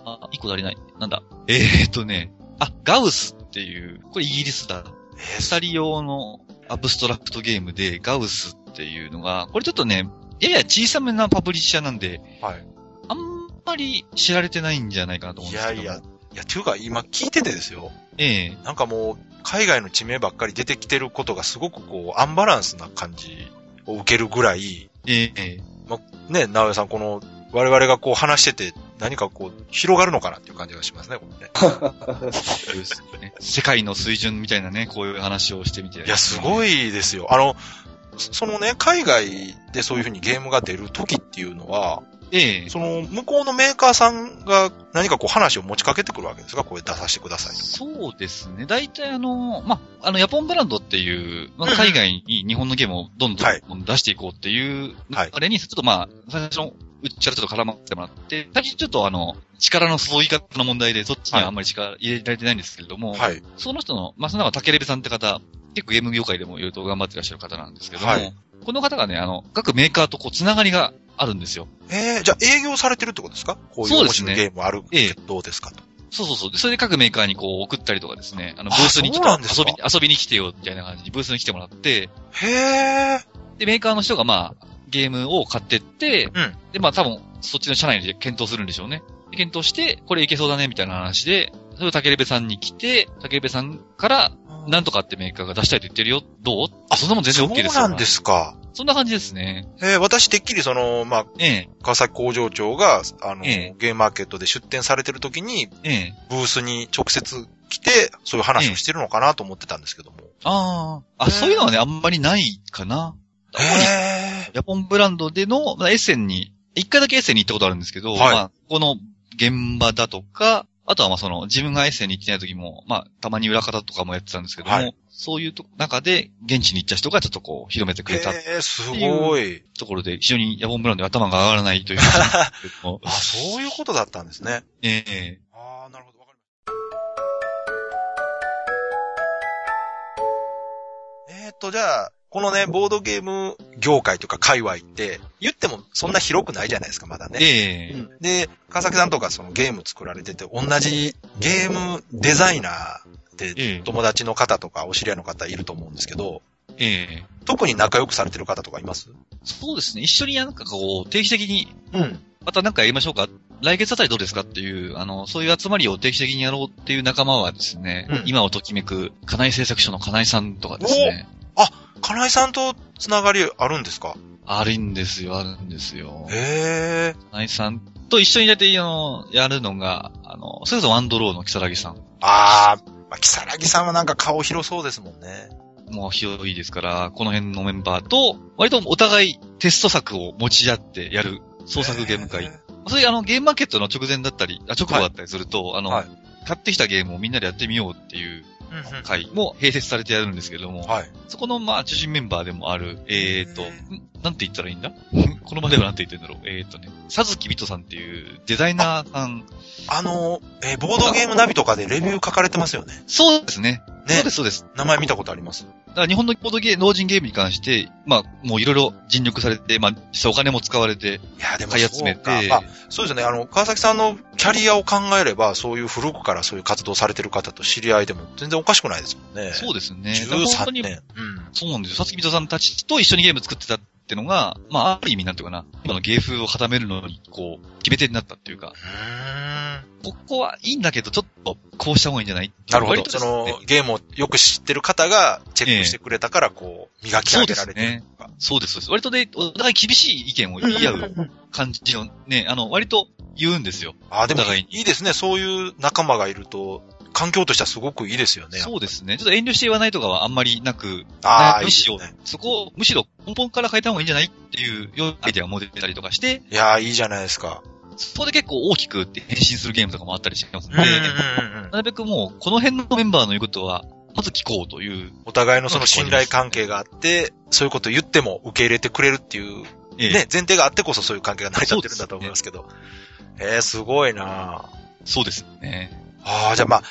[SPEAKER 3] あ、一個足りない。なんだ。えーとね。あ、ガウスっていう、これイギリスだ。
[SPEAKER 1] え
[SPEAKER 3] 二
[SPEAKER 1] ー
[SPEAKER 3] 人用のアブストラクトゲームで、ガウスっていうのが、これちょっとね、やや小さめなパブリッシャーなんで、
[SPEAKER 1] はい。
[SPEAKER 3] あんまり知られてないんじゃないかなと思う
[SPEAKER 1] い
[SPEAKER 3] んです
[SPEAKER 1] や
[SPEAKER 3] けども。
[SPEAKER 1] いや、いや、ていうか今聞いててですよ。
[SPEAKER 3] ええ
[SPEAKER 1] なんかもう、海外の地名ばっかり出てきてることがすごくこう、アンバランスな感じを受けるぐらい、
[SPEAKER 3] ええ
[SPEAKER 1] ね、直江さん、この、我々がこう話してて、何かこう、広がるのかなっていう感じがしますね、これね。
[SPEAKER 3] そうですね 世界の水準みたいなね、こういう話をしてみて。
[SPEAKER 1] いや、すご
[SPEAKER 3] い。
[SPEAKER 1] いですよ。あの、そそのね、海外でそういう風にゲームが出る時っていうのは、
[SPEAKER 3] ええ
[SPEAKER 1] その、向こうのメーカーさんが何かこう話を持ちかけてくるわけですかこれ出させてくださいと。
[SPEAKER 3] そうですね。大体あの、ま、あの、ヤポンブランドっていう、まあ、海外に日本のゲームをどんど
[SPEAKER 1] はい
[SPEAKER 3] ん出していこうっていう、
[SPEAKER 1] はい
[SPEAKER 3] あれに、ちょっとまあ、最初のうちからちょっと絡まってもらって、最近ちょっとあの、力の注ぎ方の問題で、そっちにはあんまり力入れられてないんですけれども、
[SPEAKER 1] はい。
[SPEAKER 3] その人の、まあ、その中竹レベさんって方、結構ゲーム業界でもいろいろと頑張ってらっしゃる方なんですけども、
[SPEAKER 1] はい
[SPEAKER 3] この方がね、あの、各メーカーとこう、つながりがあるんですよ。
[SPEAKER 1] えー、じゃあ営業されてるってことですかこういう
[SPEAKER 3] そう
[SPEAKER 1] 面
[SPEAKER 3] です
[SPEAKER 1] 白
[SPEAKER 3] ね
[SPEAKER 1] いゲームある
[SPEAKER 3] ええ
[SPEAKER 1] けどどうですかと。
[SPEAKER 3] そうそうそう。でそれで各メーカーにこう送ったりとかですね、あの、ブ
[SPEAKER 1] あ
[SPEAKER 3] ースに来
[SPEAKER 1] そうな
[SPEAKER 3] た
[SPEAKER 1] んですか
[SPEAKER 3] 遊びに、遊びに来てよ、みたいな感じにブースに来てもらって、
[SPEAKER 1] へー。
[SPEAKER 3] で、メーカーの人がまあ、ゲームを買ってって、
[SPEAKER 1] うん
[SPEAKER 3] で、まあ多分、そっちの社内で検討するんでしょうね。で検討して、これいけそうだね、みたいな話で、それを竹レベさんに来て、竹レベさんから、なんとかってメーカーが出したいと言ってるよ、どうあ、そんなもん全然 OK ですよ。
[SPEAKER 1] そうなんですか。
[SPEAKER 3] そんな感じですね。
[SPEAKER 1] えー、私てっきりその、まあ、
[SPEAKER 3] ええ、
[SPEAKER 1] 川崎工場長が、あの、
[SPEAKER 3] ええ
[SPEAKER 1] ゲームマーケットで出店されてる時に、
[SPEAKER 3] ええ。
[SPEAKER 1] ブースに直接来て、そういう話をしてるのかなと思ってたんですけども。
[SPEAKER 3] ああ。
[SPEAKER 1] う
[SPEAKER 3] あ、
[SPEAKER 1] ん
[SPEAKER 3] そういうのはね、あんまりないかな。
[SPEAKER 1] へ
[SPEAKER 3] ヤポンブランドでの、まあエッセンに、一回だけエッセンに行ったことあるんですけど、
[SPEAKER 1] はい
[SPEAKER 3] まあ、この現場だとか、あとはまあその、自分がエッセンに行ってない時も、まあ、たまに裏方とかもやってたんですけども、
[SPEAKER 1] はい
[SPEAKER 3] そういうと中で、現地に行った人がちょっとこう、広めてくれた
[SPEAKER 1] えー、すごい。
[SPEAKER 3] ところで、非常にヤポンブランドで頭が上がらないという感じなんですけども
[SPEAKER 1] あ、そういうことだったんですね。
[SPEAKER 3] ええ
[SPEAKER 1] ああ、なるほど、わかりました。えーっと、じゃあ、このね、ボードゲーム業界というか界隈って、言ってもそんな広くないじゃないですか、まだね。
[SPEAKER 3] ええ
[SPEAKER 2] うん
[SPEAKER 1] で、川崎さんとかそのゲーム作られてて、同じゲームデザイナーで
[SPEAKER 3] ええ
[SPEAKER 1] 友達の方とかお知り合いの方いると思うんですけど、
[SPEAKER 3] ええ
[SPEAKER 1] 特に仲良くされてる方とかいます
[SPEAKER 3] そうですね。一緒になんかこう、定期的に
[SPEAKER 1] うん。
[SPEAKER 3] またなんかやりましょうか来月あたりどうですかっていう、あの、そういう集まりを定期的にやろうっていう仲間はですね、
[SPEAKER 1] うん
[SPEAKER 3] 今をときめく、金井製作所の金井さんとかですね、
[SPEAKER 1] 金井さんとつながりあるんですか
[SPEAKER 3] あるんですよ、あるんですよ。
[SPEAKER 1] へえ。
[SPEAKER 3] 金井さんと一緒にだって、あの、やるのが、あの、それこそワンドローの木更木さん。
[SPEAKER 1] あー、まあ、木更木さんはなんか顔広そうですもんね。
[SPEAKER 3] もう広いですから、この辺のメンバーと、割とお互いテスト作を持ち合ってやる創作ゲーム会。それあの、ゲームマーケットの直前だったり、あ直後だったりすると、あの、
[SPEAKER 1] はい
[SPEAKER 3] 買ってきたゲームをみんなでやってみようっていう
[SPEAKER 1] うんうん
[SPEAKER 3] 会も併設されてやるんですけども、
[SPEAKER 1] はい。
[SPEAKER 3] そこの、まあ、中心メンバーでもある、えーと、
[SPEAKER 1] うん
[SPEAKER 3] なんて言ったらいいんだ この場ではなんて言ってんだろう。えーとね、さずきびとさんっていうデザイナーさん。
[SPEAKER 1] あの、えーボードゲームナビとかでレビュー書かれてますよね。
[SPEAKER 3] そうですね。
[SPEAKER 1] ね
[SPEAKER 3] そうです、そうです。
[SPEAKER 1] 名前見たことあります。
[SPEAKER 3] だから日本のボードゲー、農人ゲームに関して、まあ、もういろいろ尽力されて、まあ、実際お金も使われて、
[SPEAKER 1] いや、でも
[SPEAKER 3] 買い
[SPEAKER 1] そ
[SPEAKER 3] 集め
[SPEAKER 1] う
[SPEAKER 3] て
[SPEAKER 1] か、。まあ、そうですね。あの、川崎さんのキャリアを考えれば、そういう古くからそういう活動されてる方と知り合いでも全然おかしくないですもんね。
[SPEAKER 3] そううですね。
[SPEAKER 1] ね。
[SPEAKER 3] だから本当
[SPEAKER 1] 13
[SPEAKER 3] に
[SPEAKER 1] 年。うん。
[SPEAKER 3] そうなんですよ。さつきみとさんたちと一緒にゲーム作ってたってのが、まあ、ある意味なんていうかな、今の芸風を固めるのに、こう、決め手になったっていうか、
[SPEAKER 1] うーん
[SPEAKER 3] ここはいいんだけど、ちょっとこうした方がいいんじゃない
[SPEAKER 1] なるほど。
[SPEAKER 3] 割とで
[SPEAKER 1] そ
[SPEAKER 3] すね
[SPEAKER 1] の、ゲームをよく知ってる方がチェックしてくれたから、こう、磨き上げられてるとか。
[SPEAKER 3] そうです、そうです。割とで、お互い厳しい意見を言い合う感じのね、あの、割と言うんですよ。
[SPEAKER 1] ああ、でも
[SPEAKER 3] お互い
[SPEAKER 1] い
[SPEAKER 3] に
[SPEAKER 1] いですね。そういう仲間がいると、環境としてはすごくいいですよね。
[SPEAKER 3] そうですね。ちょっと遠慮して言わないとかはあんまりなく、
[SPEAKER 1] ああ、いい
[SPEAKER 3] む
[SPEAKER 1] で
[SPEAKER 3] し
[SPEAKER 1] す
[SPEAKER 3] ろ
[SPEAKER 1] ね。
[SPEAKER 3] そこを、むしろ根本から変えた方がいいんじゃないっていうようなアイデアも出たりとかして、
[SPEAKER 1] いやー、いいじゃないですか。
[SPEAKER 3] そこで結構大きく変身するゲームとかもあったりしてますの
[SPEAKER 1] うんう
[SPEAKER 3] で、
[SPEAKER 1] ん
[SPEAKER 3] な
[SPEAKER 1] うんうん
[SPEAKER 3] るべくもう、この辺のメンバーの言うことは、まず聞こうという、
[SPEAKER 1] お互いのその信頼関係があって、そういうこと言っても受け入れてくれるっていう、
[SPEAKER 3] ええ
[SPEAKER 1] ね、前提があってこそそういう関係が成り立ってるんだと思いますけど。えー、すごいなー
[SPEAKER 3] そうですね。
[SPEAKER 1] ああ、じゃあまあ、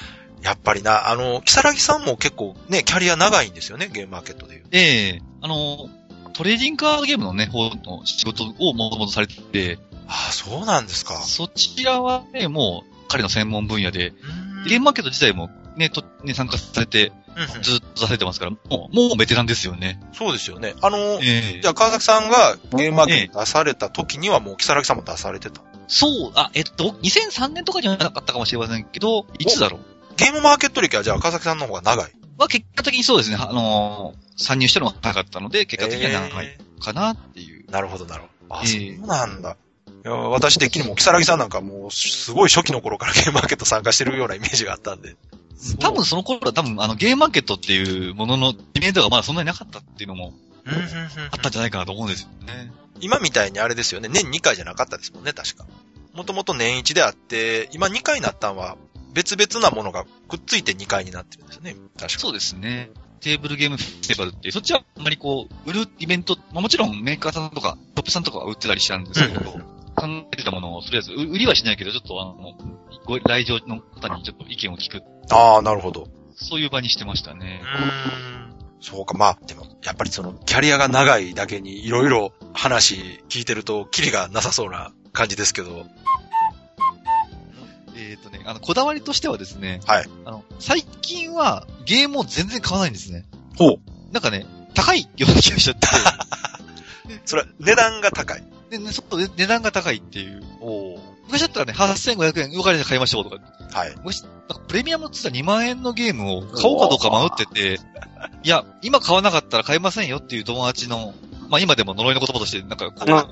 [SPEAKER 1] やっぱりな、あの、木更木さんも結構ね、キャリア長いんですよね、ゲームマーケットでいう。
[SPEAKER 3] ええあの、トレーディングカードゲームのね、方の仕事をもともとされてて、
[SPEAKER 1] ああ、そうなんですか。
[SPEAKER 3] そちらはね、もう彼の専門分野で、
[SPEAKER 1] うん
[SPEAKER 3] ゲームマーケット自体もね、とね参加されて、
[SPEAKER 1] うんうん
[SPEAKER 3] ずっとされてますから、もう、もうベテランですよね。
[SPEAKER 1] そうですよね。あの、
[SPEAKER 3] ええ
[SPEAKER 1] じゃあ川崎さんがゲームマーケットに出された時にはもう木更木さんも出されてた。
[SPEAKER 3] そう、あ、えっと、2003年とかじゃなかったかもしれませんけど、いつだろう
[SPEAKER 1] ゲームマーケット歴はじゃあ川崎さんの方が長い。
[SPEAKER 3] は結果的にそうですね、あのー参入したのが早かったので、結果的には長い
[SPEAKER 1] え
[SPEAKER 3] かなっていう。
[SPEAKER 1] ーなるほど、なるほど。あ、
[SPEAKER 3] え
[SPEAKER 1] そ
[SPEAKER 3] ー
[SPEAKER 1] うなんだ。いや私的にも、木更木さんなんかもう、すごい初期の頃からゲー ムマーケット参加してるようなイメージがあったんで。
[SPEAKER 3] 多分その頃は多分あのゲームマーケットっていうものの知名度がまだそんなになかったっていうのも
[SPEAKER 1] うんうんうんうん
[SPEAKER 3] あったんじゃないかなと思うんですよね。
[SPEAKER 1] 今みたいにあれですよね、年2回じゃなかったですもんね、確か。もともと年1であって、今2回になったんは、別々なものがくっついて2回になってるんですよね、確か。
[SPEAKER 3] そうですね。テーブルゲームフェスティバルっていう、そっちはあんまりこう、売るイベント、まあ、もちろんメーカーさんとか、トップさんとかは売ってたりしたんですけど、
[SPEAKER 1] うん
[SPEAKER 3] 考えてたものを、とりあえず、う売りはしないけど、ちょっとあの、ご来場の方にちょっと意見を聞く、
[SPEAKER 1] ああ、なるほど。
[SPEAKER 3] そういう場にしてましたね。
[SPEAKER 1] そうか、まあ、でも、やっぱりその、キャリアが長いだけに、いろいろ話聞いてると、キリがなさそうな感じですけど、
[SPEAKER 3] えっ、とね、あの、こだわりとしてはですね、
[SPEAKER 1] はい。
[SPEAKER 3] あの、最近はゲームを全然買わないんですね。
[SPEAKER 1] ほう。
[SPEAKER 3] なんかね、高いような気がしちゃって、
[SPEAKER 1] それは値段が高い。
[SPEAKER 3] でね、そこで値段が高いっていう。
[SPEAKER 1] お
[SPEAKER 3] 昔だったらね、8500円、動かれて買いましょうとか、
[SPEAKER 1] はい。
[SPEAKER 3] 昔、なんかプレミアムつった2万円のゲームを買おうかどうか迷ってて、いや、今買わなかったら買いませんよっていう友達の、まあ今でも呪いの言葉としてなんかこう、残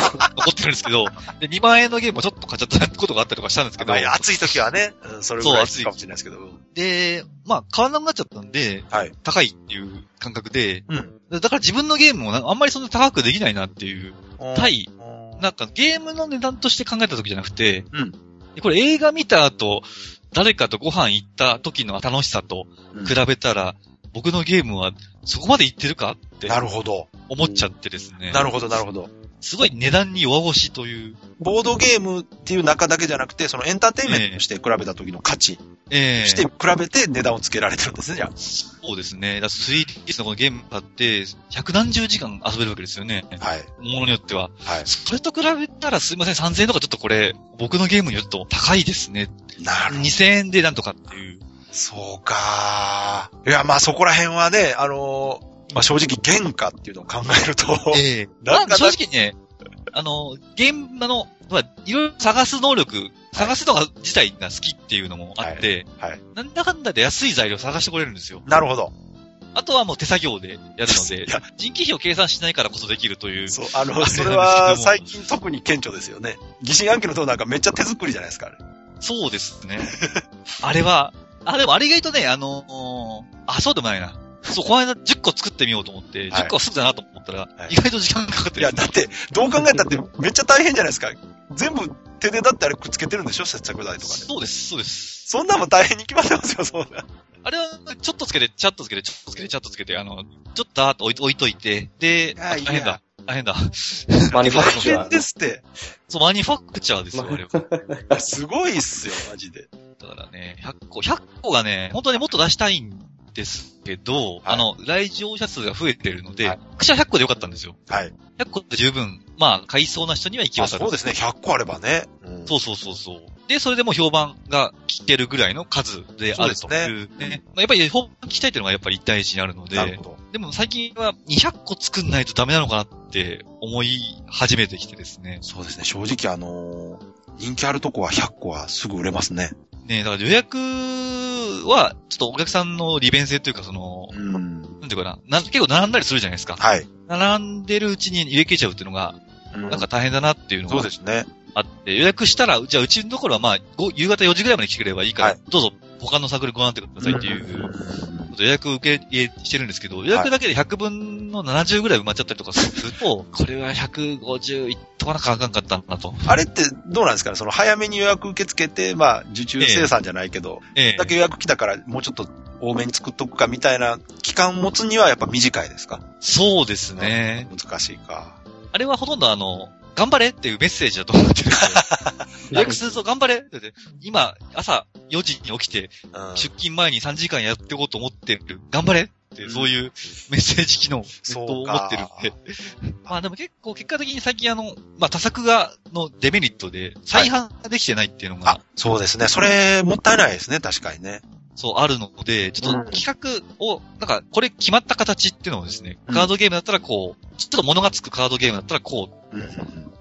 [SPEAKER 3] ってるんですけど、で、2万円のゲームをちょっと買っちゃったことがあったりとかしたんですけど
[SPEAKER 1] ま、あ、暑い時はね、うんそれぐ
[SPEAKER 3] そ
[SPEAKER 1] ら
[SPEAKER 3] う
[SPEAKER 1] い
[SPEAKER 3] 暑い
[SPEAKER 1] かもしれないですけど。うん
[SPEAKER 3] で、まあ買わなくなっちゃったんで、
[SPEAKER 1] はい。
[SPEAKER 3] 高いっていう感覚で、
[SPEAKER 1] うん。
[SPEAKER 3] だから自分のゲームもなあんまりそんな高くできないなっていう、対、なんかゲームの値段として考えた時じゃなくて、
[SPEAKER 1] うん
[SPEAKER 3] でこれ映画見た後、誰かとご飯行った時の楽しさと
[SPEAKER 1] うん
[SPEAKER 3] 比べたら、僕のゲームはそこまで行ってるかって
[SPEAKER 1] なるほど。
[SPEAKER 3] 思っちゃってですね。
[SPEAKER 1] なるほど、なるほど。
[SPEAKER 3] すごい値段に弱腰という、
[SPEAKER 1] ボードゲームっていう中だけじゃなくて、そのエンターテインメントとして比べた時の価値
[SPEAKER 3] ええ
[SPEAKER 1] して比べて値段をつけられてるんですね、じゃ
[SPEAKER 3] そうですね。だから 3DS のこのゲームだって、百何十時間遊べるわけですよね。
[SPEAKER 1] あはい。
[SPEAKER 3] ものによっては。
[SPEAKER 1] はい。
[SPEAKER 3] それと比べたらすいません、3000円とかちょっとこれ、僕のゲームによって高いですね。
[SPEAKER 1] なるほど。
[SPEAKER 3] 2000円でなんとかっていう。
[SPEAKER 1] そうかーいや、まあそこら辺はね、あのーまあ正直原価っていうのを考えると、
[SPEAKER 3] ええ
[SPEAKER 1] なん
[SPEAKER 3] ま
[SPEAKER 1] か
[SPEAKER 3] あ正直ね、あの、現場の、まあ、いろいろ探す能力、探すのが自体が好きっていうのもあって、
[SPEAKER 1] はいはい
[SPEAKER 3] なんだかんだで安い材料探してこれるんですよ。
[SPEAKER 1] なるほど。
[SPEAKER 3] あとはもう手作業でやるの で
[SPEAKER 1] いや、
[SPEAKER 3] 人件費を計算しないからこそできるという。
[SPEAKER 1] そう、あの、
[SPEAKER 3] あ
[SPEAKER 1] それ
[SPEAKER 3] なん
[SPEAKER 1] は
[SPEAKER 3] ですけども
[SPEAKER 1] 最近特に顕著ですよね。疑心暗鬼の塔なんかめっちゃ手作りじゃないですか、あれ。
[SPEAKER 3] そうですね。あれは、あ、でもあれが意外とね、あのーあ、そうでもないな。そう、この間10個作ってみようと思って、
[SPEAKER 1] はい
[SPEAKER 3] 10個はすぐだなと思ったら、
[SPEAKER 1] い
[SPEAKER 3] 意外と時間かかっ
[SPEAKER 1] い
[SPEAKER 3] てる
[SPEAKER 1] や、だって、どう考えたってめっちゃ大変じゃないですか。全部手でだってあれくっつけてるんでしょ接着剤とかで。
[SPEAKER 3] そうです、そうです。
[SPEAKER 1] そんなんも大変に決まってますよ、そんな。
[SPEAKER 3] あれは、ちょっとつけて、ちゃっとつけて、ちょっとつけて、ちゃっとつけて、あの、ちょっとあーっと置い置いといて、で、
[SPEAKER 1] あ
[SPEAKER 3] あ
[SPEAKER 1] ーいいや
[SPEAKER 3] 大変だ、大変だ。
[SPEAKER 2] マニファクチ
[SPEAKER 1] 大
[SPEAKER 2] ュア
[SPEAKER 1] 変ですって。
[SPEAKER 3] そう、マニファクチャーですよ、あれは。だ
[SPEAKER 1] すごいっすよ、マジで。
[SPEAKER 3] からね、100個、100個がね、本当にもっと出したいんですけど、あの、来場者数が増えてるので、
[SPEAKER 1] はい
[SPEAKER 3] 私は100個でよかったんですよ。
[SPEAKER 1] はい。
[SPEAKER 3] 100個で十分、まあ、買いそうな人には行き
[SPEAKER 1] あ
[SPEAKER 3] 渡る。
[SPEAKER 1] そうですね、100個あればね。うん
[SPEAKER 3] そうそうそうそう。で、それでもう評判が聞けるぐらいの数であるというね。まあ、やっぱり評判聞きたいっていうのがやっぱり一対一にあるの
[SPEAKER 1] なる
[SPEAKER 3] で
[SPEAKER 1] ほ、ど。
[SPEAKER 3] でも最近は200個作んないとダメなのかなって思い始めてきてですね。
[SPEAKER 1] そうですね、正直あのー人気あるとこは100個はすぐ売れますね。
[SPEAKER 3] ね、だから予約は、ちょっとお客さんの利便性というか、その、
[SPEAKER 1] うん。
[SPEAKER 3] なんていうかな、な結構並んだりするじゃないですか。
[SPEAKER 1] はい。
[SPEAKER 3] 並んでるうちに入れ切れちゃうっていうのが、
[SPEAKER 1] うん
[SPEAKER 3] なんか大変だなっていうの
[SPEAKER 1] そう
[SPEAKER 3] が
[SPEAKER 1] ですね。
[SPEAKER 3] あって、予約したら、じゃあうちのところはまあ、ご夕方4時ぐらいまで来てくれればいいから、
[SPEAKER 1] はい
[SPEAKER 3] どうぞ他のサークルご覧ってくださいっていう、
[SPEAKER 1] うん
[SPEAKER 3] 予約受け入れしてるんですけど、予約だけで100分の70ぐらい埋まっちゃったりとかすると、 これは150いっとかなかあかんかったなと。
[SPEAKER 1] あれってどうなんですかねその早めに予約受け付けて、まあ、受注生産じゃないけど、
[SPEAKER 3] ええ
[SPEAKER 1] だけ予約来たからもうちょっと多めに作っとくかみたいな期間持つにはやっぱ短いですか
[SPEAKER 3] そうですね。
[SPEAKER 1] 難しいか。
[SPEAKER 3] あれはほとんどあの、頑張れっていうメッセージだと思ってるん で。予約すると頑張れって言って今、朝4時に起きて、
[SPEAKER 1] うん
[SPEAKER 3] 出勤前に3時間やっていこうと思ってる。頑張れって、そういうメッセージ機能、ずっ
[SPEAKER 1] そ
[SPEAKER 3] と
[SPEAKER 1] う
[SPEAKER 3] 思
[SPEAKER 1] か
[SPEAKER 3] ってるんで。まあでも 結構結果的に最近あの、まあ多作が、のデメリットで、再販ができてないっていうのが、
[SPEAKER 1] あ、そうですね。それ、もったいないですね、確かにね。
[SPEAKER 3] そう、あるので、ちょっと企画を、なんか、これ決まった形っていうのをですね、
[SPEAKER 1] うん
[SPEAKER 3] カードゲームだったらこう、ちょっと物がつくカードゲームだったらこう、
[SPEAKER 1] うん。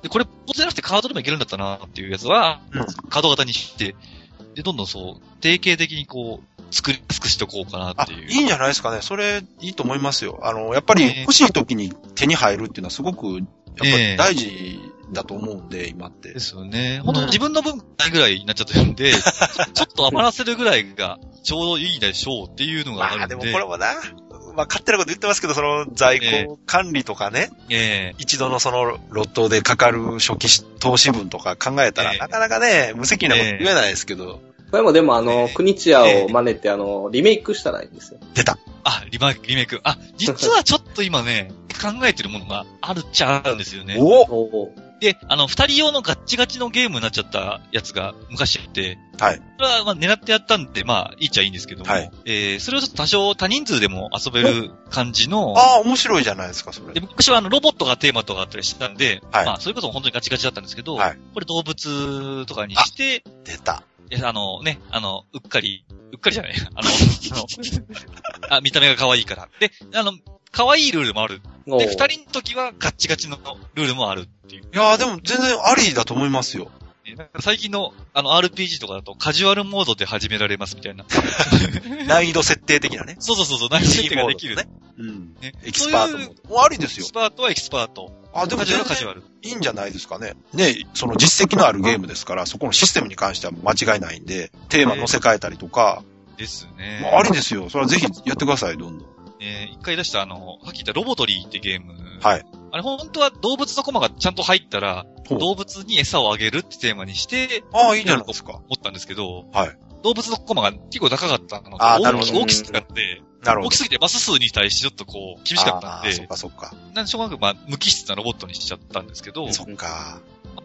[SPEAKER 3] で、これ、ポーズじゃなくてカードでもいけるんだったなっていうやつは、
[SPEAKER 1] うん
[SPEAKER 3] カード型にして、で、どんどんそう、定型的にこう、作りやすくしておこうかな
[SPEAKER 1] あ
[SPEAKER 3] っ、ていう。
[SPEAKER 1] いいんじゃないですかね。それ、いいと思いますよ。あの、やっぱり
[SPEAKER 3] ね
[SPEAKER 1] 欲しい時に手に入るっていうのはすごく、やっぱ
[SPEAKER 3] ね
[SPEAKER 1] り大事だと思うんで、今って
[SPEAKER 3] で。すよね。本当
[SPEAKER 1] うん
[SPEAKER 3] 自分の分ないぐらいになっちゃってる んで、ちょちょっと余らせるぐらいがちょうどいいでしょうっていうのがあ
[SPEAKER 1] ま
[SPEAKER 3] る
[SPEAKER 1] あ
[SPEAKER 3] ん
[SPEAKER 1] で
[SPEAKER 3] で。
[SPEAKER 1] もこれもな、まあ勝手なこと言ってますけど、その在庫管理とかね、
[SPEAKER 3] ええ
[SPEAKER 1] 一度のそのロットでかかる初期投資分とか考えたら、
[SPEAKER 3] ええ
[SPEAKER 1] なかなかね、無責任なこと言えないですけど、
[SPEAKER 2] これもでもあ
[SPEAKER 3] え
[SPEAKER 2] の
[SPEAKER 3] え、
[SPEAKER 2] 国チアを真似てあの、リメイクしたらいいんですよ。
[SPEAKER 1] 出た。
[SPEAKER 3] あ、リマイク、リメイク。あ、実はちょっと今ね、考えてるものがあるっちゃあるんですよね。
[SPEAKER 1] おお
[SPEAKER 2] おおー。
[SPEAKER 3] で、あの、二人用のガッチガチのゲームになっちゃったやつが昔あって、
[SPEAKER 1] はい。
[SPEAKER 3] それはまあ狙ってやったんで、まあ、いいっちゃいいんですけども、
[SPEAKER 1] はい
[SPEAKER 3] えー、それをちょっと多少多人数でも遊べる感じの、
[SPEAKER 1] ああ、面白いじゃないですか、それ
[SPEAKER 3] で、。昔はあの、ロボットがテーマとかあったりしてたんで、
[SPEAKER 1] はい
[SPEAKER 3] まあ、それこそ本当にガチガチだったんですけど、
[SPEAKER 1] はい
[SPEAKER 3] これ動物とかにして、
[SPEAKER 1] 出た。
[SPEAKER 3] いやあのね、あの、うっかり、うっか りじゃない、あの、あの、あ、見た目が可愛いから。で、あの、可愛いルールもある。
[SPEAKER 2] お
[SPEAKER 3] で、
[SPEAKER 2] ー
[SPEAKER 3] 二人の時はガッチガチのルールもあるっていう。
[SPEAKER 1] いやーでも全然ありだと思いますよ。
[SPEAKER 3] ねなんか最近の、あの、RPG とかだとカジュアルモードで始められますみたいな。
[SPEAKER 1] 難易度設定的なね。
[SPEAKER 3] そうそうそうそう、何設定ができる。
[SPEAKER 1] ね。うん。
[SPEAKER 3] ね
[SPEAKER 1] エキスパート
[SPEAKER 3] そうい
[SPEAKER 1] も
[SPEAKER 3] う。
[SPEAKER 1] もうありです
[SPEAKER 3] エキ
[SPEAKER 1] よ
[SPEAKER 3] ス。パートはエキスパート。
[SPEAKER 1] あ、でも
[SPEAKER 3] カジュアルはカ
[SPEAKER 1] 全
[SPEAKER 3] ジュ
[SPEAKER 1] 然
[SPEAKER 3] アル。
[SPEAKER 1] いいんじゃないですかね。ね、その実績のあるゲームですから、そこのシステムに関しては間違いないんで、テーマ乗せ替えたりとか、
[SPEAKER 3] ですね。
[SPEAKER 1] もうありですよ。それはぜひやってください、どんどん。
[SPEAKER 3] えー一回出したあの、さっき言ったロボトリーってゲーム。
[SPEAKER 1] はい。
[SPEAKER 3] あれ本当は動物のコマがちゃんと入ったら、
[SPEAKER 1] ほう
[SPEAKER 3] 動物に餌をあげるってテーマにして、
[SPEAKER 1] ああ、いいじゃないですか。
[SPEAKER 3] 思ったんですけど、
[SPEAKER 1] はい
[SPEAKER 3] 動物のコマが結構高かったので、
[SPEAKER 1] あーなる
[SPEAKER 3] 大
[SPEAKER 1] ほ
[SPEAKER 3] き
[SPEAKER 1] ど
[SPEAKER 3] 大きすぎたので、
[SPEAKER 1] なるほ
[SPEAKER 3] 大
[SPEAKER 1] ど
[SPEAKER 3] き。すぎてマス数に対してちょっとこう、厳しかったん
[SPEAKER 1] あーそっ
[SPEAKER 3] で、
[SPEAKER 1] かそっか。
[SPEAKER 3] なんでしょうがなく、まあ、無機質なロボットにしちゃったんですけど、
[SPEAKER 1] そっか。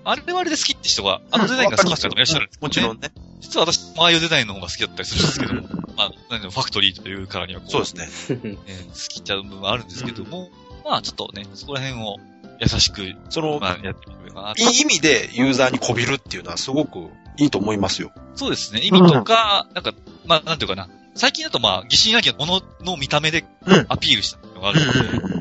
[SPEAKER 3] あれはあれで好きって人が、あのデザインが好きって方もいらっしゃるんです
[SPEAKER 1] も
[SPEAKER 3] よ
[SPEAKER 1] ちろんね。
[SPEAKER 3] ね。実は私、ああいうデザインの方が好きだったりするんです けど、
[SPEAKER 1] うん
[SPEAKER 3] まあ、なんでもファクトリーというからにはこう、
[SPEAKER 1] そうですね。
[SPEAKER 3] ね好きちゃう部分はあるんですけども、まあちょっとね、そこら辺を優しく、
[SPEAKER 1] その、
[SPEAKER 3] まあやってみればない
[SPEAKER 1] い意味でユーザーにこびるっていうのはすごくいいと思いますよ。
[SPEAKER 3] そうですね、意味とか、なんか、まあなんていうかな、最近だとまあ疑心暗鬼なものの見た目で
[SPEAKER 1] うん
[SPEAKER 3] アピールしたのがあるので、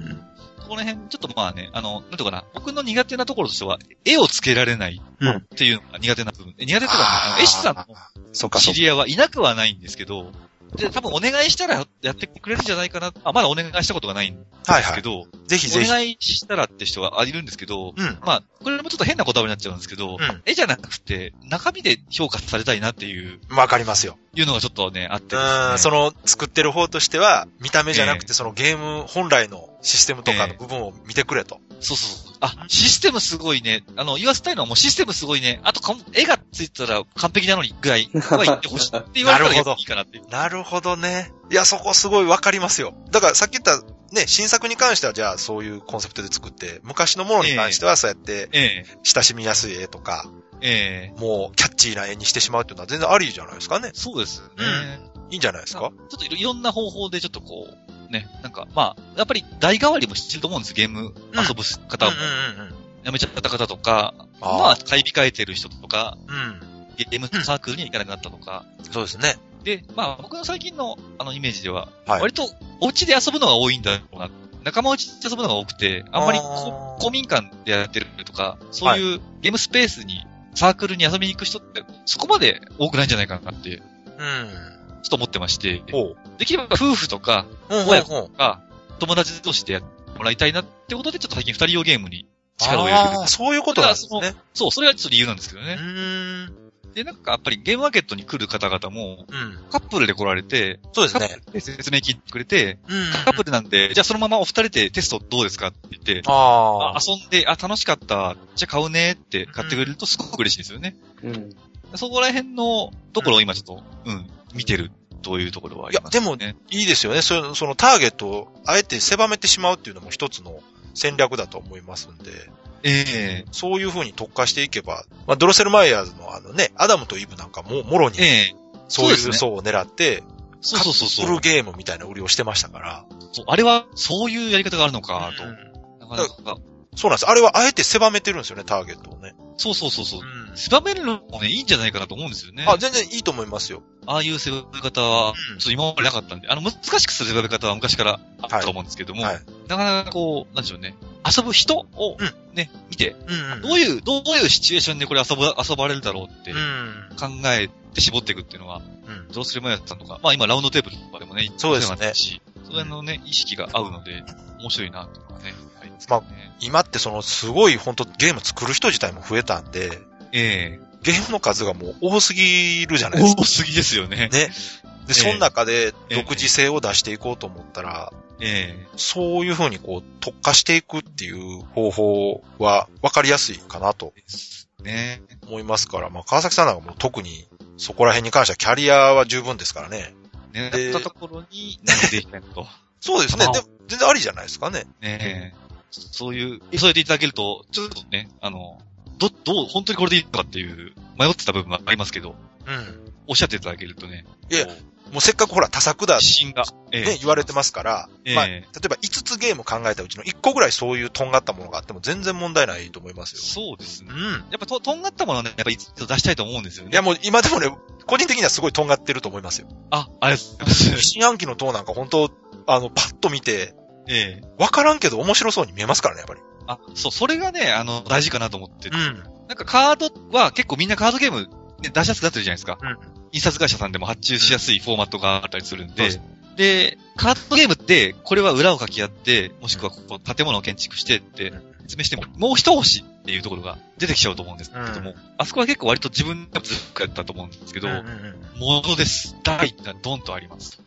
[SPEAKER 3] そこら辺ちょっとまあね、あの、なんていうかな、僕の苦手なところとしては、絵をつけられない
[SPEAKER 1] うん
[SPEAKER 3] っていうのが苦手な部分。え苦手というか、あ
[SPEAKER 1] あ
[SPEAKER 3] の絵師さんの
[SPEAKER 1] のそっかそ
[SPEAKER 3] 知
[SPEAKER 1] っか。
[SPEAKER 3] り合いはいなくはないんですけど、で、多分お願いしたらやってくれるんじゃないかな。あ、まだお願いしたことがないんで
[SPEAKER 1] はい
[SPEAKER 3] す
[SPEAKER 1] は
[SPEAKER 3] け
[SPEAKER 1] い。
[SPEAKER 3] ど、
[SPEAKER 1] ぜひぜ
[SPEAKER 3] お
[SPEAKER 1] ひ。
[SPEAKER 3] 願いしたらって人はいるんですけど、
[SPEAKER 1] うん。
[SPEAKER 3] まあ、これもちょっと変な言葉になっちゃうんですけ
[SPEAKER 1] う
[SPEAKER 3] ど、
[SPEAKER 1] ん
[SPEAKER 3] 絵じゃなくて、中身で評価されたいなっていう、
[SPEAKER 1] わかりますよ。
[SPEAKER 3] いうのがちょっとね、あって、
[SPEAKER 1] うん、そ
[SPEAKER 3] の、
[SPEAKER 1] の作ってる方としては、見た目じゃなく
[SPEAKER 3] ええ
[SPEAKER 1] て、そのゲーム本来のシステムとかの部分を見てくれと。
[SPEAKER 3] そうそうそう。あ、システムすごいね。あの、言わせたいのはもうシステムすごいね。あとかも、絵がついてたら完璧なのにぐらいは言ってほしいって言われたら
[SPEAKER 1] なる
[SPEAKER 3] やっ
[SPEAKER 1] ほど
[SPEAKER 3] ぱいいかなってい う。
[SPEAKER 1] なるほどね。いや、そこすごいわかりますよ。だからさっき言った、ね、新作に関してはじゃあそういうコンセプトで作って、昔のものに関してはそうやって
[SPEAKER 3] え
[SPEAKER 1] 親しみやすい絵とか、
[SPEAKER 3] え、ええ。
[SPEAKER 1] もうキャッチーな絵にしてしまうっていうのは全然ありじゃないですかね。
[SPEAKER 3] そうですね。
[SPEAKER 1] いいんじゃないですか
[SPEAKER 3] ちょっといろいろんな方法でちょっとこう、ね、なんか、まあ、やっぱり代替わりもしてると思うんです、ゲーム遊ぶ方も。
[SPEAKER 1] うんうんうんうん。
[SPEAKER 3] やめちゃった方とか、
[SPEAKER 1] あー
[SPEAKER 3] まあ、買い控えてる人とか、
[SPEAKER 1] うん。
[SPEAKER 3] ゲームサークルには行かなくなったとか。
[SPEAKER 1] そうですね。
[SPEAKER 3] で、まあ、僕の最近のあのイメージでは、
[SPEAKER 1] はい
[SPEAKER 3] 割とお家で遊ぶのが多いんだろうな。仲間内で遊ぶのが多くて、あんまりこ
[SPEAKER 1] あー
[SPEAKER 3] 公民館でやってるとか、そういうゲームスペースにサークルに遊びに行く人って、そこまで多くないんじゃないかなって、ちょ
[SPEAKER 1] うん。
[SPEAKER 3] っと思ってまして、
[SPEAKER 1] ほう。
[SPEAKER 3] できれば夫婦とか、
[SPEAKER 1] うん、ほう、ほう。
[SPEAKER 3] が友達同士でやってもらいたいなってことで、ちょっと最近二人用ゲームに力を入れて
[SPEAKER 1] ああ
[SPEAKER 3] る
[SPEAKER 1] ー、。そういうことなんですね。
[SPEAKER 3] そう、それがちょっと理由なんですけど
[SPEAKER 1] う
[SPEAKER 3] ね。
[SPEAKER 1] ーん。
[SPEAKER 3] で、なんかやっぱりゲームマーケットに来る方々も、
[SPEAKER 1] うん。
[SPEAKER 3] カップルで来られて、
[SPEAKER 1] そうで
[SPEAKER 3] カ
[SPEAKER 1] す
[SPEAKER 3] ッ
[SPEAKER 1] ね。
[SPEAKER 3] プルで説明聞いてくれて、
[SPEAKER 1] うん。
[SPEAKER 3] カップルなんで、じゃあそのままお二人でテストどうですかって言って、
[SPEAKER 1] あ
[SPEAKER 3] あ
[SPEAKER 1] あ。
[SPEAKER 3] 遊んで、あ、楽しかった。じゃあ買うねって買ってくれるとすごく嬉しいですよね。
[SPEAKER 2] うん。
[SPEAKER 3] そこら辺のところを今ちょっと、うん、見てるというところはあります、ね。
[SPEAKER 1] いやでいいですよね。その、そのターゲットをあえて狭めてしまうっていうのも一つの戦略だと思いますんで、
[SPEAKER 3] え
[SPEAKER 1] そういう風に特化していけば、まあ、ドロセルマイヤーズのあのね、アダムとイブなんかも、もろに
[SPEAKER 3] え、ええ、
[SPEAKER 1] そうい
[SPEAKER 3] そうです
[SPEAKER 1] う
[SPEAKER 3] ね
[SPEAKER 1] 層を狙って、
[SPEAKER 3] そうそうそうそう
[SPEAKER 1] カップルゲームみたいな売りをしてましたから。
[SPEAKER 3] そう。あれは、そういうやり方があるのか、と。
[SPEAKER 1] うん
[SPEAKER 3] なかなか。
[SPEAKER 1] そうなんです。あれはあえて狭めてるんですよね、ターゲットをね。
[SPEAKER 3] そうそうそうそうう。
[SPEAKER 1] ん
[SPEAKER 3] 狭めるのもね、いいんじゃないかなと思うんですよね。
[SPEAKER 1] あ、全然いいと思いますよ。
[SPEAKER 3] ああいう狭め方は
[SPEAKER 1] うん、
[SPEAKER 3] ちょっと今までなかったんで、あの、難しくする狭め方は昔からあったと思うんですけども、
[SPEAKER 1] はい
[SPEAKER 3] なかなかこう、なんでしょうね、遊ぶ人をね、見て、
[SPEAKER 1] うん、うん。
[SPEAKER 3] どういう、どういうシチュエーションでこれ遊ぶ、遊ばれるだろうって
[SPEAKER 1] うん。
[SPEAKER 3] 考えて絞っていくっていうのは、
[SPEAKER 1] うん。
[SPEAKER 3] どうすればやったのか、まあ今ラウンドテーブルとかでもね、
[SPEAKER 1] そうですね
[SPEAKER 3] お世話になったし、それのね、意識が合うので、面白いな、とかね、ありますけどね。
[SPEAKER 1] 今ってそのすごい本当ゲーム作る人自体も増えたんで、
[SPEAKER 3] ええ
[SPEAKER 1] ゲームの数がもう多すぎるじゃないですか。
[SPEAKER 3] 多すぎですよね。
[SPEAKER 1] ね。で、その中で
[SPEAKER 3] ええ
[SPEAKER 1] 独自性を出していこうと思ったら、
[SPEAKER 3] ええ
[SPEAKER 1] そういう風にこう特化していくっていう方法は分かりやすいかなと
[SPEAKER 3] ですね。
[SPEAKER 1] 思いますから、まあ川崎さんなんかもう特にそこら辺に関してはキャリアは十分ですからね。
[SPEAKER 3] ね、
[SPEAKER 1] で
[SPEAKER 3] やったところに、なんでできたの と。
[SPEAKER 1] そうですね
[SPEAKER 3] あ。
[SPEAKER 1] でも全然ありじゃないですかね。
[SPEAKER 3] ねえ。そういう、そうやっていただけると、ちょっとね、あの、ど、どう、本当にこれでいいのかっていう、迷ってた部分はありますけど、
[SPEAKER 1] うん。
[SPEAKER 3] おっしゃっていただけるとね、
[SPEAKER 1] いや
[SPEAKER 3] こう、
[SPEAKER 1] もうせっかくほら多作だっ
[SPEAKER 3] 自信が、え
[SPEAKER 1] てね、言われてますから、
[SPEAKER 3] え
[SPEAKER 1] まあ、
[SPEAKER 3] え
[SPEAKER 1] 例えば5つゲーム考えたうちの1個ぐらいそういうとんがったものがあっても全然問題ないと思いますよ。
[SPEAKER 3] そうですね
[SPEAKER 1] う。ん。
[SPEAKER 3] やっぱと、とんがったものはね、やっぱいつか出したいと思うんですよね。
[SPEAKER 1] いやもう今でもね、個人的にはすごいとんがってると思いますよ。
[SPEAKER 3] あ、ありがとうございます。
[SPEAKER 1] 新暗記の塔なんか本当あの、パッと見て、
[SPEAKER 3] ええ
[SPEAKER 1] わからんけど面白そうに見えますからね、やっぱり。
[SPEAKER 3] あ、そう、それがね、あの、大事かなと思ってて、
[SPEAKER 1] ん。
[SPEAKER 3] なんかカードは結構みんなカードゲーム、ね、出しやすくなってるじゃないですか。
[SPEAKER 1] うん
[SPEAKER 3] 印刷会社さんでも発注しやすいフォーマットがあったりするん
[SPEAKER 1] そう
[SPEAKER 3] で、
[SPEAKER 1] です
[SPEAKER 3] で、カードゲームって、これは裏を書き合って、もしくはここ建物を建築してって
[SPEAKER 1] うん
[SPEAKER 3] 説明しても、もう一押しっていうところが出てきちゃうと思うんですけども、
[SPEAKER 1] うん
[SPEAKER 3] あそこは結構割と自分がずっとやったと思うんですけど、
[SPEAKER 1] うんうんうん
[SPEAKER 3] ものです。大がドンとあります。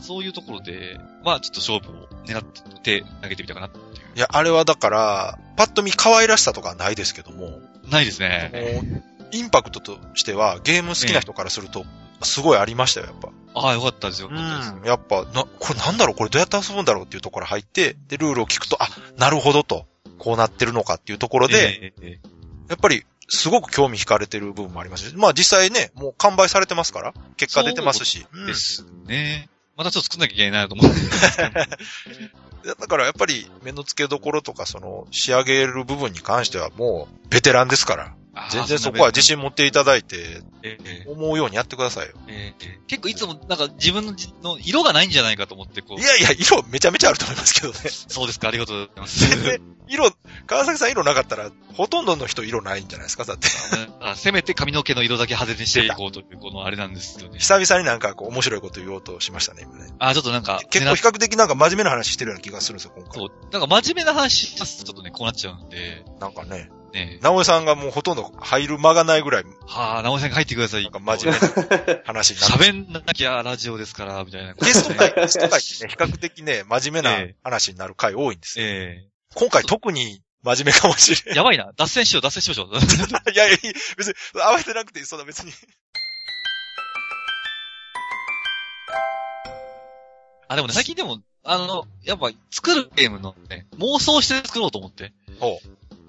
[SPEAKER 3] そういうところで、まあちょっと勝負を狙って投げてみたかなってい
[SPEAKER 1] いや、あれはだから、パッと見可愛らしさとかはないですけども、
[SPEAKER 3] う。ないですね。
[SPEAKER 1] もうインパクトとしては、ゲーム好きな人からすると、すごいありましたよ、やっぱ。
[SPEAKER 3] ああ、よかったですよ。よかったです
[SPEAKER 1] うんやっぱ、な、これなんだろうこれどうやって遊ぶんだろうっていうところから入って、で、ルールを聞くと、あ、なるほどと、こうなってるのかっていうところで、
[SPEAKER 3] ええええ
[SPEAKER 1] やっぱり、すごく興味惹かれてる部分もありますし、まあ実際ね、もう完売されてますから、結果出てますし。うん
[SPEAKER 3] ですね。またちょっと作んなきゃいけないなと思って。
[SPEAKER 1] だからやっぱり、目の付けどころとか、その、仕上げる部分に関してはもう、ベテランですから、全然そこは自
[SPEAKER 3] 信。
[SPEAKER 1] 信持っていただいて、
[SPEAKER 3] ええ
[SPEAKER 1] 思うようにやってくださいよ。
[SPEAKER 3] ええ結構いつもなんか自分のじの色がないんじゃないかと思って、こ。
[SPEAKER 1] いうやいや、色めちゃめちゃあると思います けどね。
[SPEAKER 3] そうですか、ありがとうございます。
[SPEAKER 1] 色、川崎さん色なかったら、ほとんどの人色ないんじゃないですかだって。
[SPEAKER 3] あせめて髪の毛の色だけ派手にしていこうという、このあれなんですよね。
[SPEAKER 1] 久々になんかこう面白いこと言おうとしましたね、今ね。
[SPEAKER 3] あ、ちょっとなんか、
[SPEAKER 1] 結構比較的なんか真面目な話してるような気がするんですよ、今
[SPEAKER 3] そ
[SPEAKER 1] 回。
[SPEAKER 3] う。なんか真面目な話しますとちょっとね、こうなっちゃうんで、
[SPEAKER 1] なんかね、
[SPEAKER 3] ね。
[SPEAKER 1] 直江さんがもうほとんど入る間がないぐらい、な
[SPEAKER 3] はあ、直江さんが入ってください。
[SPEAKER 1] んか真面目な話になって。
[SPEAKER 3] 喋んなきゃラジオですから、みたいな。
[SPEAKER 1] ゲスト会、ゲスト会ってね、比較的ね、真面目
[SPEAKER 3] え
[SPEAKER 1] な
[SPEAKER 3] え
[SPEAKER 1] 話になる回多いんですよ。
[SPEAKER 3] え
[SPEAKER 1] 今回特に真面目かもし
[SPEAKER 3] え
[SPEAKER 1] れん。
[SPEAKER 3] やばいな。脱線しよう、脱線しましょう。
[SPEAKER 1] いやいや、別に、慌てなくていい、そんな別に。
[SPEAKER 3] あ、でもね、最近でも、あの、やっぱ、作るゲームのね、妄想して作ろうと思って。
[SPEAKER 1] ほ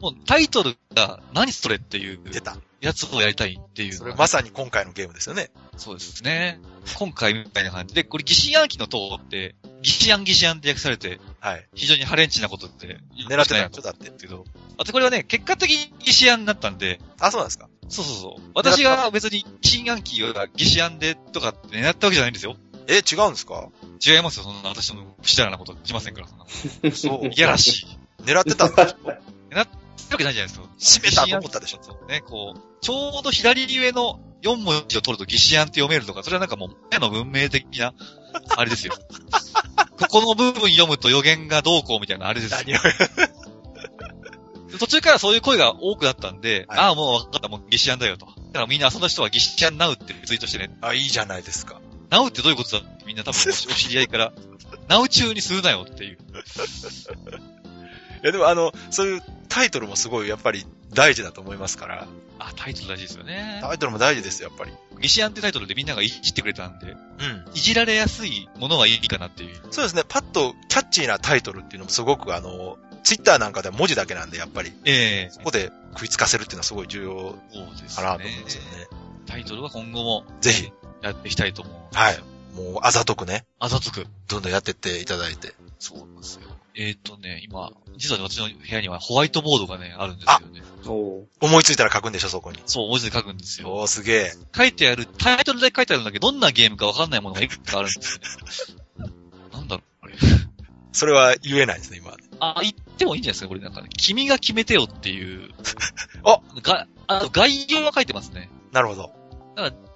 [SPEAKER 3] もう、タイトルが、何それっていう、
[SPEAKER 1] 出た。
[SPEAKER 3] やつをやりたいっていう
[SPEAKER 1] そ
[SPEAKER 3] のが
[SPEAKER 1] れまさに今回のゲームですよね。
[SPEAKER 3] そうですね。今回みたいな感じで、これ、疑心暗鬼の塔って、疑心暗疑心暗って訳されて、
[SPEAKER 1] はい。
[SPEAKER 3] 非常にハレンチなことって、
[SPEAKER 1] 狙ってた
[SPEAKER 3] なん
[SPEAKER 1] でしょ、だって。
[SPEAKER 3] ですけど。あとこれはね、結果的に疑心暗になったんで、
[SPEAKER 1] あ、そうなんですか。
[SPEAKER 3] そうそうそう。私が別に疑心暗鬼が疑心暗でとかって狙ったわけじゃないんですよ。
[SPEAKER 1] え、違うんですか
[SPEAKER 3] 違いますよ、そんな私の不自然なことしませんから、そんなこと。
[SPEAKER 1] そう
[SPEAKER 3] いやらしい。
[SPEAKER 1] 狙ってたんだ。
[SPEAKER 3] わけないじゃないですか。
[SPEAKER 1] 閉めたと思ったでしょ
[SPEAKER 3] そうね、こう、ちょうど左上の4文字を取ると疑心暗って読めるとか、それはなんかもう、前の文明的 な、あれですよ。ここの部分読むと予言がどうこうみたいな、あれですよ。
[SPEAKER 1] 何を
[SPEAKER 3] 途中からそういう声が多くなったんで、
[SPEAKER 1] はい
[SPEAKER 3] ああ、もう分かった、もう疑心暗だよと。だからみんな遊んだ人は疑心暗なうってツイートしてね、
[SPEAKER 1] あ、いいじゃないですか。
[SPEAKER 3] なうってどういうことだってみんな 多分お知お知り合いから、なう中にするなよってい
[SPEAKER 1] い
[SPEAKER 3] う。
[SPEAKER 1] や、でもあの、そういうタイトルもすごいやっぱり大事だと思いますから、
[SPEAKER 3] あ、タイトル大事ですよね。
[SPEAKER 1] タイトルも大事ですよ、やっぱり。
[SPEAKER 3] 疑心暗ってタイトルでみんながいじってくれたんで、
[SPEAKER 1] うん。
[SPEAKER 3] いじられやすいものはいいかなっていう。
[SPEAKER 1] そうですね、パッとキャッチーなタイトルっていうのもすごくあの、ツイッターなんかでは文字だけなんで、やっぱり、
[SPEAKER 3] ええ
[SPEAKER 1] ここで食いつかせるっていうのはすごい重要
[SPEAKER 3] そうです
[SPEAKER 1] かなと思うんですよね。
[SPEAKER 3] タイトルは今後も
[SPEAKER 1] ぜひ、
[SPEAKER 3] やっていきたいと思う。
[SPEAKER 1] はい。もうあざとくね、
[SPEAKER 3] あざつく。
[SPEAKER 1] どんどんやってっていただいて。
[SPEAKER 3] そうなんですよ。えっ、とね、今、実は私の部屋にはホワイトボードがね、あるんですよね。
[SPEAKER 2] おー
[SPEAKER 1] 思いついたら書くんでしょ、そこに。
[SPEAKER 3] そう、文字で書くんですよ。
[SPEAKER 1] おー、すげえ。
[SPEAKER 3] 書いてある、タイトルで書いてあるんだけど、どんなゲームかわかんないものがいくつかあるんですよね。なんだろう、これ。
[SPEAKER 1] それは言えないですね、今。
[SPEAKER 3] あ、言ってもいいんじゃないですか、これなんかね。君が決めてよっていう。
[SPEAKER 1] あ
[SPEAKER 3] が、あと概要は書いてますね。
[SPEAKER 1] なるほど。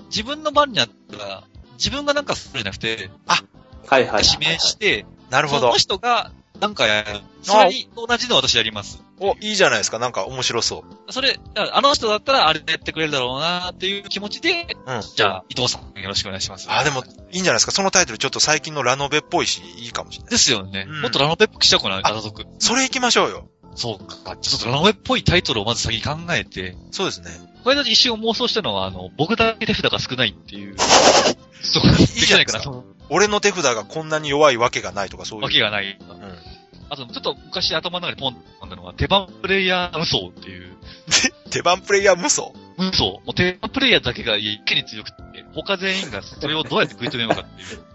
[SPEAKER 3] 自分の番になったら、自分がなんかするんじゃなくて、
[SPEAKER 2] はいはいはいはい。
[SPEAKER 3] 指名して、
[SPEAKER 1] なるほ
[SPEAKER 3] そ
[SPEAKER 1] ど
[SPEAKER 3] の。人がなんかやる。それと同じの私やります。
[SPEAKER 1] お、いいじゃないですか。なんか面白そう。
[SPEAKER 3] それ、ああの人だったらあれやってくれるだろうなっていう気持ちで、
[SPEAKER 1] うん
[SPEAKER 3] じゃあ、伊藤さんよろしくお願いします。
[SPEAKER 1] あ、でも、いいんじゃないですか。そのタイトルちょっと最近のラノベっぽいし、いいかもしれない。
[SPEAKER 3] ですよね。
[SPEAKER 1] うん
[SPEAKER 3] もっとラノベっぽくしちゃおうかな、家族。
[SPEAKER 1] それ行きましょうよ。
[SPEAKER 3] そうか。ちょっとラノベっぽいタイトルをまず先考えて、
[SPEAKER 1] そうですね。
[SPEAKER 3] これだ一瞬妄想したのは、あの、僕だけ手札が少ないっていう。そう、で
[SPEAKER 1] いい
[SPEAKER 3] き
[SPEAKER 1] じゃな
[SPEAKER 3] ないい
[SPEAKER 1] で
[SPEAKER 3] か
[SPEAKER 1] す
[SPEAKER 3] な
[SPEAKER 1] か
[SPEAKER 3] と思う
[SPEAKER 1] 俺の手札がこんなに弱いわけがないとか、そういう。
[SPEAKER 3] わけがない。
[SPEAKER 1] うん。
[SPEAKER 3] あと、ちょっと昔頭の中でポンとんだのは、手番プレイヤー無双っていう。
[SPEAKER 1] 手番プレイヤー無双
[SPEAKER 3] 無双。もう手番プレイヤーだけが一気に強くて、他全員がそれをどうやって食い止めようかって いう。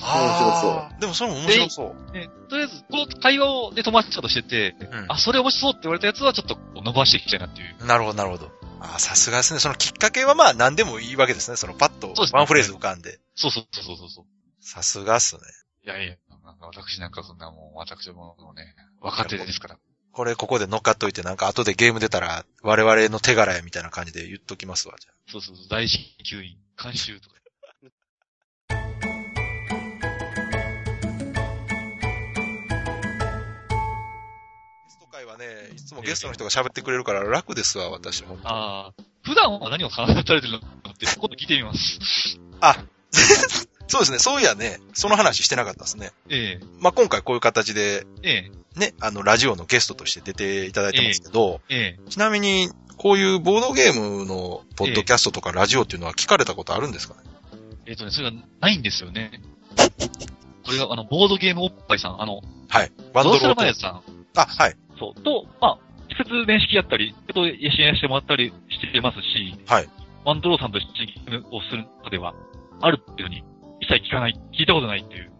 [SPEAKER 1] ああ。でもそれも面白そう。
[SPEAKER 3] で、とりあえず、この会話をで友達としてて、
[SPEAKER 1] うん
[SPEAKER 3] あ、それ面白そうって言われたやつはちょっと伸ばしていきたいなっていう。
[SPEAKER 1] なるほど、なるほど。ああ、さすがですね。そのきっかけはまあ何でもいいわけですね。そのパッと
[SPEAKER 3] そうですね
[SPEAKER 1] ワンフレーズ浮かんで。
[SPEAKER 3] そうそうそうそうそう。
[SPEAKER 1] さすがっすね。
[SPEAKER 3] いやいや、なんか私なんかそんなもう、私もね、若手ですから。
[SPEAKER 1] これここで乗っかっといて、なんか後でゲーム出たら我々の手柄やみたいな感じで言っときますわ、じゃあ。
[SPEAKER 3] そうそうそう、大至急員、監修とか。
[SPEAKER 1] ゲスト会はね、いつもゲストの人が喋ってくれるから楽ですわ、私も。
[SPEAKER 3] ああ、普段は何を話されてるのかって、今度聞いてみます。
[SPEAKER 1] そうですね、そういやね、その話してなかったですね。
[SPEAKER 3] ええ
[SPEAKER 1] まあ、今回こういう形で、
[SPEAKER 3] え
[SPEAKER 1] ね、あの、ラジオのゲストとして出ていただいてますけど、
[SPEAKER 3] えええ
[SPEAKER 1] ちなみに、こういうボードゲームのポッドキャストとかラジオっていうのは聞かれたことあるんですかね
[SPEAKER 3] えっ、とね、それがないんですよね。これが、あの、ボードゲームおっぱいさん、あの、
[SPEAKER 1] はい。バンド
[SPEAKER 3] どう
[SPEAKER 1] ロ
[SPEAKER 3] する
[SPEAKER 1] ー
[SPEAKER 3] まや
[SPEAKER 1] と。
[SPEAKER 3] さん、
[SPEAKER 1] あ、はい。
[SPEAKER 3] そう、と、まあ、直接面識やったり、ちょっと支援してもらったりしてますし、
[SPEAKER 1] はい。
[SPEAKER 3] ワンドローさんと一緒にゲームをする中では、あるっていうのに、一切聞かない、聞いたことないっていう、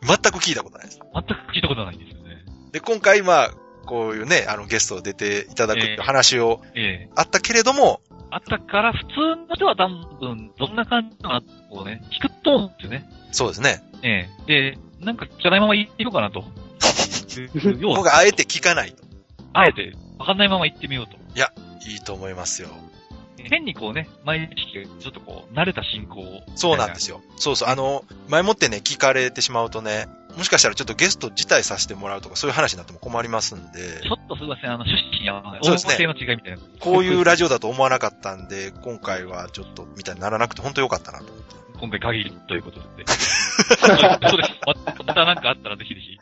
[SPEAKER 1] 全く聞いたことないです。
[SPEAKER 3] 全く聞いたことないんですよね。
[SPEAKER 1] で、今回、まあ、こういうね、あの、ゲスト出ていただくっていう話を、
[SPEAKER 3] ええ
[SPEAKER 1] あったけれども、
[SPEAKER 3] あったから、普通の人は多分、どんな感じなのかをね、聞くと思うんですよね。
[SPEAKER 1] そうですね。
[SPEAKER 3] ええで、なんか知らないまま行ってみようか なと。要
[SPEAKER 1] 僕
[SPEAKER 3] は、
[SPEAKER 1] があえて聞かないと。
[SPEAKER 3] あえて、わかんないまま行ってみようと。
[SPEAKER 1] いいと思いますよ。
[SPEAKER 3] 変にこうね、毎日、ちょっとこう、慣れた進行を。
[SPEAKER 1] そうなんですよ。そうそう。あの、前もってね、聞かれてしまうとね、もしかしたらちょっとゲスト辞退させてもらうとか、そういう話になっても困りますんで
[SPEAKER 3] ち、ょっとすいません、あの、趣旨に合わない。
[SPEAKER 1] そうですね
[SPEAKER 3] 方向性の違いみたいな。
[SPEAKER 1] こういうラジオだと思わなかったんで、今回はちょっと、みたいにならなくて、本当良かったなと。
[SPEAKER 3] 今回限りとい うことで。そうです。ままたなんかあったらぜひぜひ。
[SPEAKER 1] い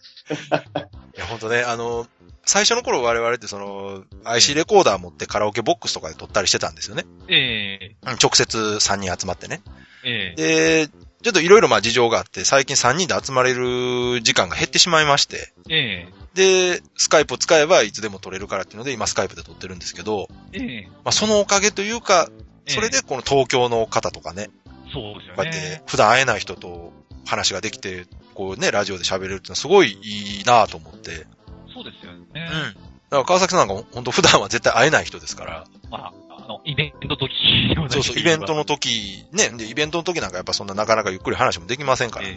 [SPEAKER 1] や、本当ね、あの、最初の頃我々ってその、IC レコーダー持ってカラオケボックスとかで撮ったりしてたんですよね。
[SPEAKER 3] え
[SPEAKER 1] うん直接3人集まってね。
[SPEAKER 3] えええ
[SPEAKER 1] で、ちょっといろいろまあ事情があって、最近3人で集まれる時間が減ってしまいまして、
[SPEAKER 3] え
[SPEAKER 1] で、スカイプを使えばいつでも撮れるからっていうので、今スカイプで撮ってるんですけど、
[SPEAKER 3] ええ
[SPEAKER 1] まあ、そのおかげというか、
[SPEAKER 3] え
[SPEAKER 1] それでこの東京の方とかね、
[SPEAKER 3] そうですよね。
[SPEAKER 1] こうやって普段会えない人と話ができて、こうね、ラジオで喋れるっていうのはすごいいいなぁと思って。
[SPEAKER 3] そうですよね。
[SPEAKER 1] うん。だから川崎さんなんか本当普段は絶対会えない人ですから、
[SPEAKER 3] まあ、あの、イベント時でもない
[SPEAKER 1] そうそう、イベントの時、ね、で、イベントの時なんかやっぱそんななかなかゆっくり話もできませんからね。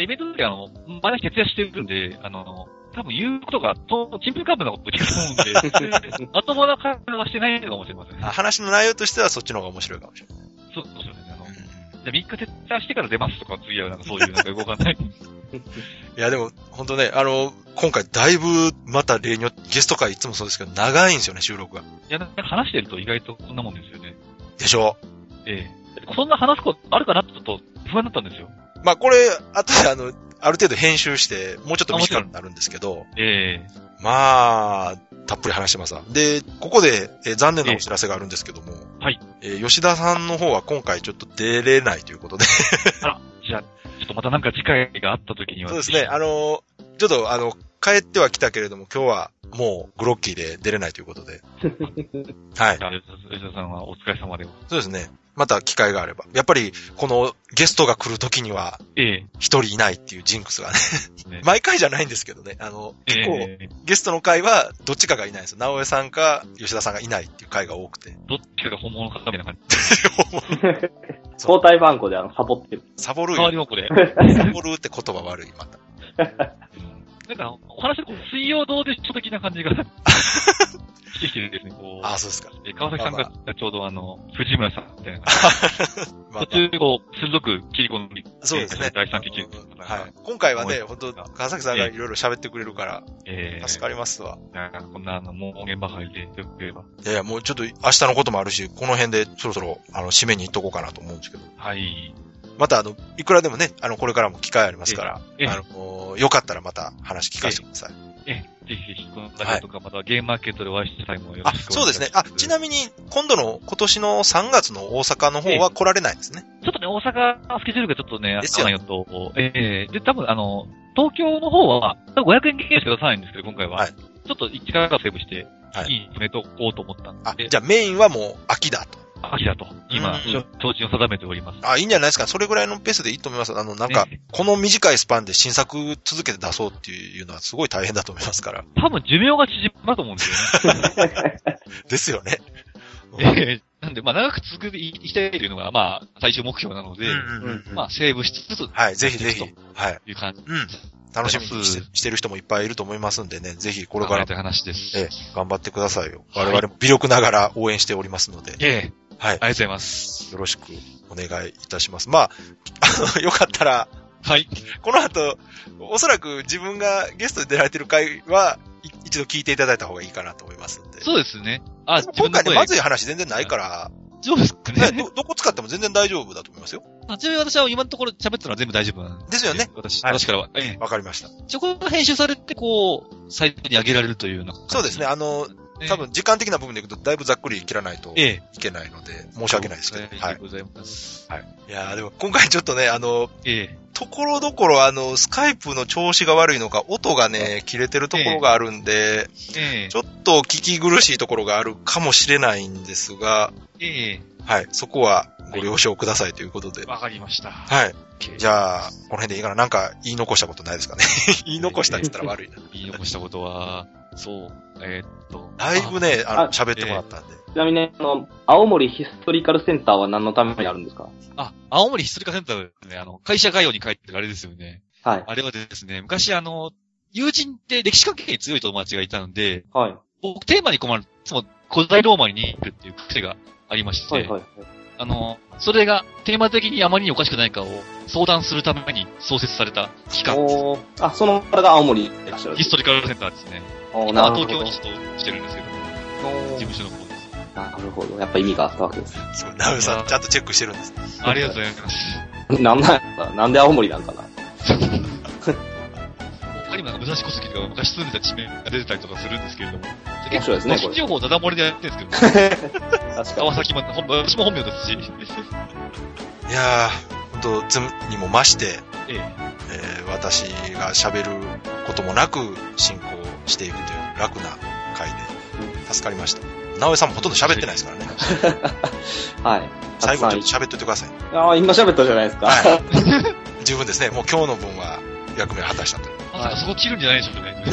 [SPEAKER 3] イベントの時は、あの、毎日徹夜してるんで、あの、
[SPEAKER 4] 多分言うことが、と、ちんぷんかんぷんなこと言ってると思うん で、まともな会話はしてないのかもしれませんね。
[SPEAKER 1] あ話の内容としてはそっちの方が面白いかもしれない。
[SPEAKER 4] そうそうですね。あの、じゃあ3日徹夜してから出ますとか、次はなんかそういうなんか動かない。
[SPEAKER 1] いや、でも、本当ね、あの、今回だいぶ、また例によって、ゲスト会いつもそうですけど、長いんですよね、収録が。
[SPEAKER 4] いや、なんか話してると意外とこんなもんですよね。
[SPEAKER 1] でしょ
[SPEAKER 4] ええ。そんな話すことあるかなってちょっと不安だったんですよ。
[SPEAKER 1] まあ、これ、後であの、ある程度編集して、もうちょっと短くなるんですけど、
[SPEAKER 4] ええ。
[SPEAKER 1] まあ、たっぷり話してますわ。で、ここで、えー残念なお知らせがあるんですけども、
[SPEAKER 4] はい。
[SPEAKER 1] えー吉田さんの方は今回ちょっと出れないということで、
[SPEAKER 4] あら、 じゃあ、ちょっとまたなんか次回があった時には。
[SPEAKER 1] そうです ね、あのーちょっとあの、帰っては来たけれども、今日はもうグロッキーで出れないということ で、はい。
[SPEAKER 4] じゃあ吉田さんはお疲れ様で。
[SPEAKER 1] そうですね。また機会があれば。やっぱり、このゲストが来る時には、
[SPEAKER 4] え
[SPEAKER 1] 一人いないっていうジンクスがね。
[SPEAKER 4] ね
[SPEAKER 1] 毎回じゃないんですけどね。あの、
[SPEAKER 4] え。
[SPEAKER 1] 結構、
[SPEAKER 4] ええ。
[SPEAKER 1] ゲストの回は、どっちかがいないんですよ。直江さんか、吉田さんがいないっていう回が多くて。
[SPEAKER 4] どっちかが本物かみたいな感じ。
[SPEAKER 1] そう
[SPEAKER 2] 交代番号であの、サボってる。
[SPEAKER 1] サボる
[SPEAKER 4] 変わ
[SPEAKER 1] よ
[SPEAKER 4] り。もこれ。
[SPEAKER 1] サボるって言葉悪い、また。
[SPEAKER 4] なんか、お話のこう水曜どうでしょ的な感じ が、してきてるんですね、こう。
[SPEAKER 1] ああ、そうですか。
[SPEAKER 4] え川崎さん
[SPEAKER 1] まあ
[SPEAKER 4] がちょうどあの、藤村さんみたいな感
[SPEAKER 1] ま
[SPEAKER 4] じ。
[SPEAKER 1] あ
[SPEAKER 4] 途中、こう、鋭く切り込んで、
[SPEAKER 1] そうですね。
[SPEAKER 4] 第三期中
[SPEAKER 1] はい。今回はね、
[SPEAKER 4] 思
[SPEAKER 1] 本
[SPEAKER 4] い
[SPEAKER 1] 当川崎さんがいろいろ喋ってくれるから、
[SPEAKER 4] えー、
[SPEAKER 1] 助かりますわ。
[SPEAKER 4] なんかこんなあの、もう現場入で、よく言えば。
[SPEAKER 1] いやいや、もうちょっと明日のこともあるし、この辺でそろそろ、あの、締めに行っとこうかなと思うんですけど。
[SPEAKER 4] はい。
[SPEAKER 1] また、あの、いくらでもね、あの、これからも機会ありますから、
[SPEAKER 4] ええ
[SPEAKER 1] あの、よかったらまた話聞かせてください。
[SPEAKER 4] え、ぜひぜひ、このラジオとか、またはゲームマーケットでお会いした際もよろ
[SPEAKER 1] あ、
[SPEAKER 4] しくお
[SPEAKER 1] そ
[SPEAKER 4] 願
[SPEAKER 1] うで
[SPEAKER 4] いし
[SPEAKER 1] す
[SPEAKER 4] ます。
[SPEAKER 1] ね。あ、ちなみに、今度の、今年の3月の大阪の方は来られないんですね。
[SPEAKER 4] ちょっとね、大阪スケジュールがちょっとね、
[SPEAKER 1] です
[SPEAKER 4] 合
[SPEAKER 1] よ
[SPEAKER 4] わないのと、ええで、多分あの、東京の方は、多分500円券しか出さないんですけど、今回は。
[SPEAKER 1] はい
[SPEAKER 4] ちょっと1回セーブして、
[SPEAKER 1] はい
[SPEAKER 4] いい詰めとこうと思ったんで、
[SPEAKER 1] あ、じゃあメインはもう秋だと。
[SPEAKER 4] 秋だと、今、
[SPEAKER 1] うん
[SPEAKER 4] 調子を定めております。
[SPEAKER 1] あ、いいんじゃないですか。それぐらいのペースでいいと思います。あの、なんか、
[SPEAKER 4] ね
[SPEAKER 1] この短いスパンで新作続けて出そうっていうのはすごい大変だと思いますから。
[SPEAKER 4] 多分寿命が縮まると思うんですよね。
[SPEAKER 1] ですよね。
[SPEAKER 4] えーなんで、まあ、長く続くいいきたいというのが、まあ、最終目標なので、
[SPEAKER 1] うんうんうん
[SPEAKER 4] まあ、セーブしつつと
[SPEAKER 1] はい、ぜひぜひ。はい。
[SPEAKER 4] いう感じ
[SPEAKER 1] うん。楽しみにしてしてる人もいっぱいいると思いますんでね、ぜひこれ
[SPEAKER 4] の
[SPEAKER 1] から
[SPEAKER 4] という話です。
[SPEAKER 1] ええ、頑張ってくださいよ。
[SPEAKER 4] はい
[SPEAKER 1] 我々も微力ながら応援しておりますので、
[SPEAKER 4] ええあ
[SPEAKER 1] はい。
[SPEAKER 4] りがとうございます。
[SPEAKER 1] よろしくお願いいたします。まあ、 あの、よかったら、
[SPEAKER 4] はい。
[SPEAKER 1] この後、おそらく自分がゲストで出られてる回は、い一度聞いていただいた方がいいかなと思いますんで。
[SPEAKER 4] そうですね。あ、自
[SPEAKER 1] 今
[SPEAKER 4] 分の
[SPEAKER 1] 回ね、
[SPEAKER 4] 声。
[SPEAKER 1] まずい話全然ないから、
[SPEAKER 4] 丈夫ですか
[SPEAKER 1] ね
[SPEAKER 4] ね。
[SPEAKER 1] ど、どこ使っても全然大丈夫だと思いますよ。
[SPEAKER 3] あちなみに私は今のところ喋ったのは全部大丈夫なんで
[SPEAKER 1] ですよね。
[SPEAKER 3] 私、
[SPEAKER 1] はい
[SPEAKER 3] 私からは。ええ。
[SPEAKER 1] わかりました。
[SPEAKER 3] そこが編集されて、こう、サイトに上げられるというような感じ
[SPEAKER 1] そうですね。。あの、
[SPEAKER 3] ええ
[SPEAKER 1] 多。分時間的な部分でいくと、だいぶざっくり切らないと
[SPEAKER 3] え
[SPEAKER 1] い
[SPEAKER 3] え。
[SPEAKER 1] けないので、申し訳ないですけど。
[SPEAKER 3] あり
[SPEAKER 1] は
[SPEAKER 3] が
[SPEAKER 1] い
[SPEAKER 3] と。うございます。
[SPEAKER 1] いやーでも今回ちょっとね、あの、
[SPEAKER 3] ええ。
[SPEAKER 1] ところどころ、あの、スカイプの調子が悪いのか、音がね、切れてるところがあるんで、
[SPEAKER 3] ええ
[SPEAKER 1] ち。ょっと聞き苦しいところがあるかもしれないんですが、
[SPEAKER 3] ええ。
[SPEAKER 1] はい、そこはご了承くださいということで。
[SPEAKER 3] わかりました。
[SPEAKER 1] はい。
[SPEAKER 3] OK
[SPEAKER 1] じゃあ、この辺でいいかな。なんか言い残したことないですかね。 言い残したって言ったら悪いな。
[SPEAKER 3] 言い残したことは、そう、えーっと。
[SPEAKER 1] だいぶ
[SPEAKER 3] ね。
[SPEAKER 1] ね、あ
[SPEAKER 2] あ
[SPEAKER 1] の、喋ってもらったんで。
[SPEAKER 2] ちなみにね、あの、青森ヒストリカルセンターは何のためにあるんですか
[SPEAKER 3] あ、青森ヒストリカセンターですね、あの、会社概要に書いてるあれですよね。
[SPEAKER 2] はい。
[SPEAKER 3] あれはですね、昔あの、友人って歴史関係に強い友達がいたので、
[SPEAKER 2] はい。
[SPEAKER 3] 僕テーマに困る、いつも古代ローマに行くっていう癖がありまして、
[SPEAKER 2] はい、はい。
[SPEAKER 3] あの、それがテーマ的にあまりにおかしくないかを相談するために創設された機関、
[SPEAKER 2] おーあ、その方が青森でいらっしゃる。
[SPEAKER 3] ヒストリカルセンターですね。
[SPEAKER 2] おー
[SPEAKER 3] 今
[SPEAKER 2] なる
[SPEAKER 3] は
[SPEAKER 2] ほど。
[SPEAKER 3] 東京にちょっとしてるんですけど、事務所の方です。
[SPEAKER 2] なるほど。やっぱ意味があったわけです。
[SPEAKER 1] そう、ナウさん、ちゃんとチェックしてるんです。
[SPEAKER 3] ありがとうございま す。
[SPEAKER 2] なんなんやろななんで青森なんかな
[SPEAKER 3] 他にもなんか武蔵小杉とか昔住んでた地名が出てたりとかするんですけれども。
[SPEAKER 2] 面白いですね
[SPEAKER 3] 個人情報をダダ漏れでやってるんですけど、
[SPEAKER 2] 確か
[SPEAKER 3] 川
[SPEAKER 2] に。
[SPEAKER 3] 崎も、ほん私も本 名ですし。
[SPEAKER 1] いやー、ほんと、ズムにも増して、
[SPEAKER 3] ええ。
[SPEAKER 1] えー私が喋ることもなく進行していくという楽な回で助かりました。直江さんもほとんど喋ってないですから ね。
[SPEAKER 2] はい。
[SPEAKER 1] 最後に
[SPEAKER 2] た
[SPEAKER 1] ちょ
[SPEAKER 2] く
[SPEAKER 1] っと喋っといてください。
[SPEAKER 2] さんああ、今喋ったじゃないですか。
[SPEAKER 1] はい。 十分ですね。もう今日の分は役目を果たしたと。
[SPEAKER 3] まさかそこ切るんじゃないでしょ うね。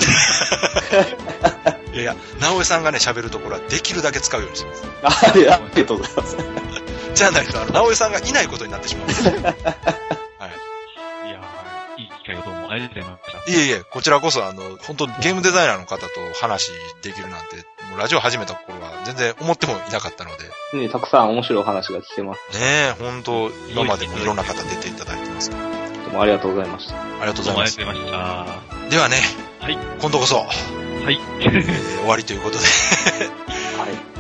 [SPEAKER 1] いやいや、直江さんがね、喋るところはできるだけ使うようにしてます。
[SPEAKER 2] ありありがとうございます。
[SPEAKER 1] じゃないと、あの、直江さんがいないことになってしまうんで
[SPEAKER 4] い
[SPEAKER 1] す。
[SPEAKER 4] やーいい機会をどうもありがとうございました。ありがとうございました。
[SPEAKER 1] いえいえ、こちらこそ、あの、本当ゲームデザイナーの方と話できるなんて、もうラジオ始めた頃は全然思ってもいなかったので、
[SPEAKER 2] ね、たくさん面白いお話が聞けま
[SPEAKER 1] ね
[SPEAKER 2] す。
[SPEAKER 1] え、本当今までもいろんな方出ていただいてますけどあ
[SPEAKER 2] どうもありがとうございました。
[SPEAKER 1] りがとうご
[SPEAKER 4] ど
[SPEAKER 1] ざ
[SPEAKER 4] う
[SPEAKER 1] い
[SPEAKER 4] もあ
[SPEAKER 1] ま
[SPEAKER 4] りが
[SPEAKER 1] す
[SPEAKER 4] と。うございました。
[SPEAKER 1] ではね、
[SPEAKER 4] はい
[SPEAKER 1] 今度こ そ、
[SPEAKER 4] はい。
[SPEAKER 1] えー終わりということで、
[SPEAKER 2] はい。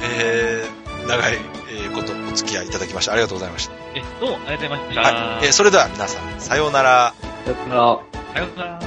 [SPEAKER 1] えー、長い、えーことお付き合いいただきましてありがとうございました。
[SPEAKER 4] え、どうもありがとうございました。
[SPEAKER 1] はい。えーそれでは皆さん、さようなら。
[SPEAKER 2] さよなら。
[SPEAKER 4] さようなら。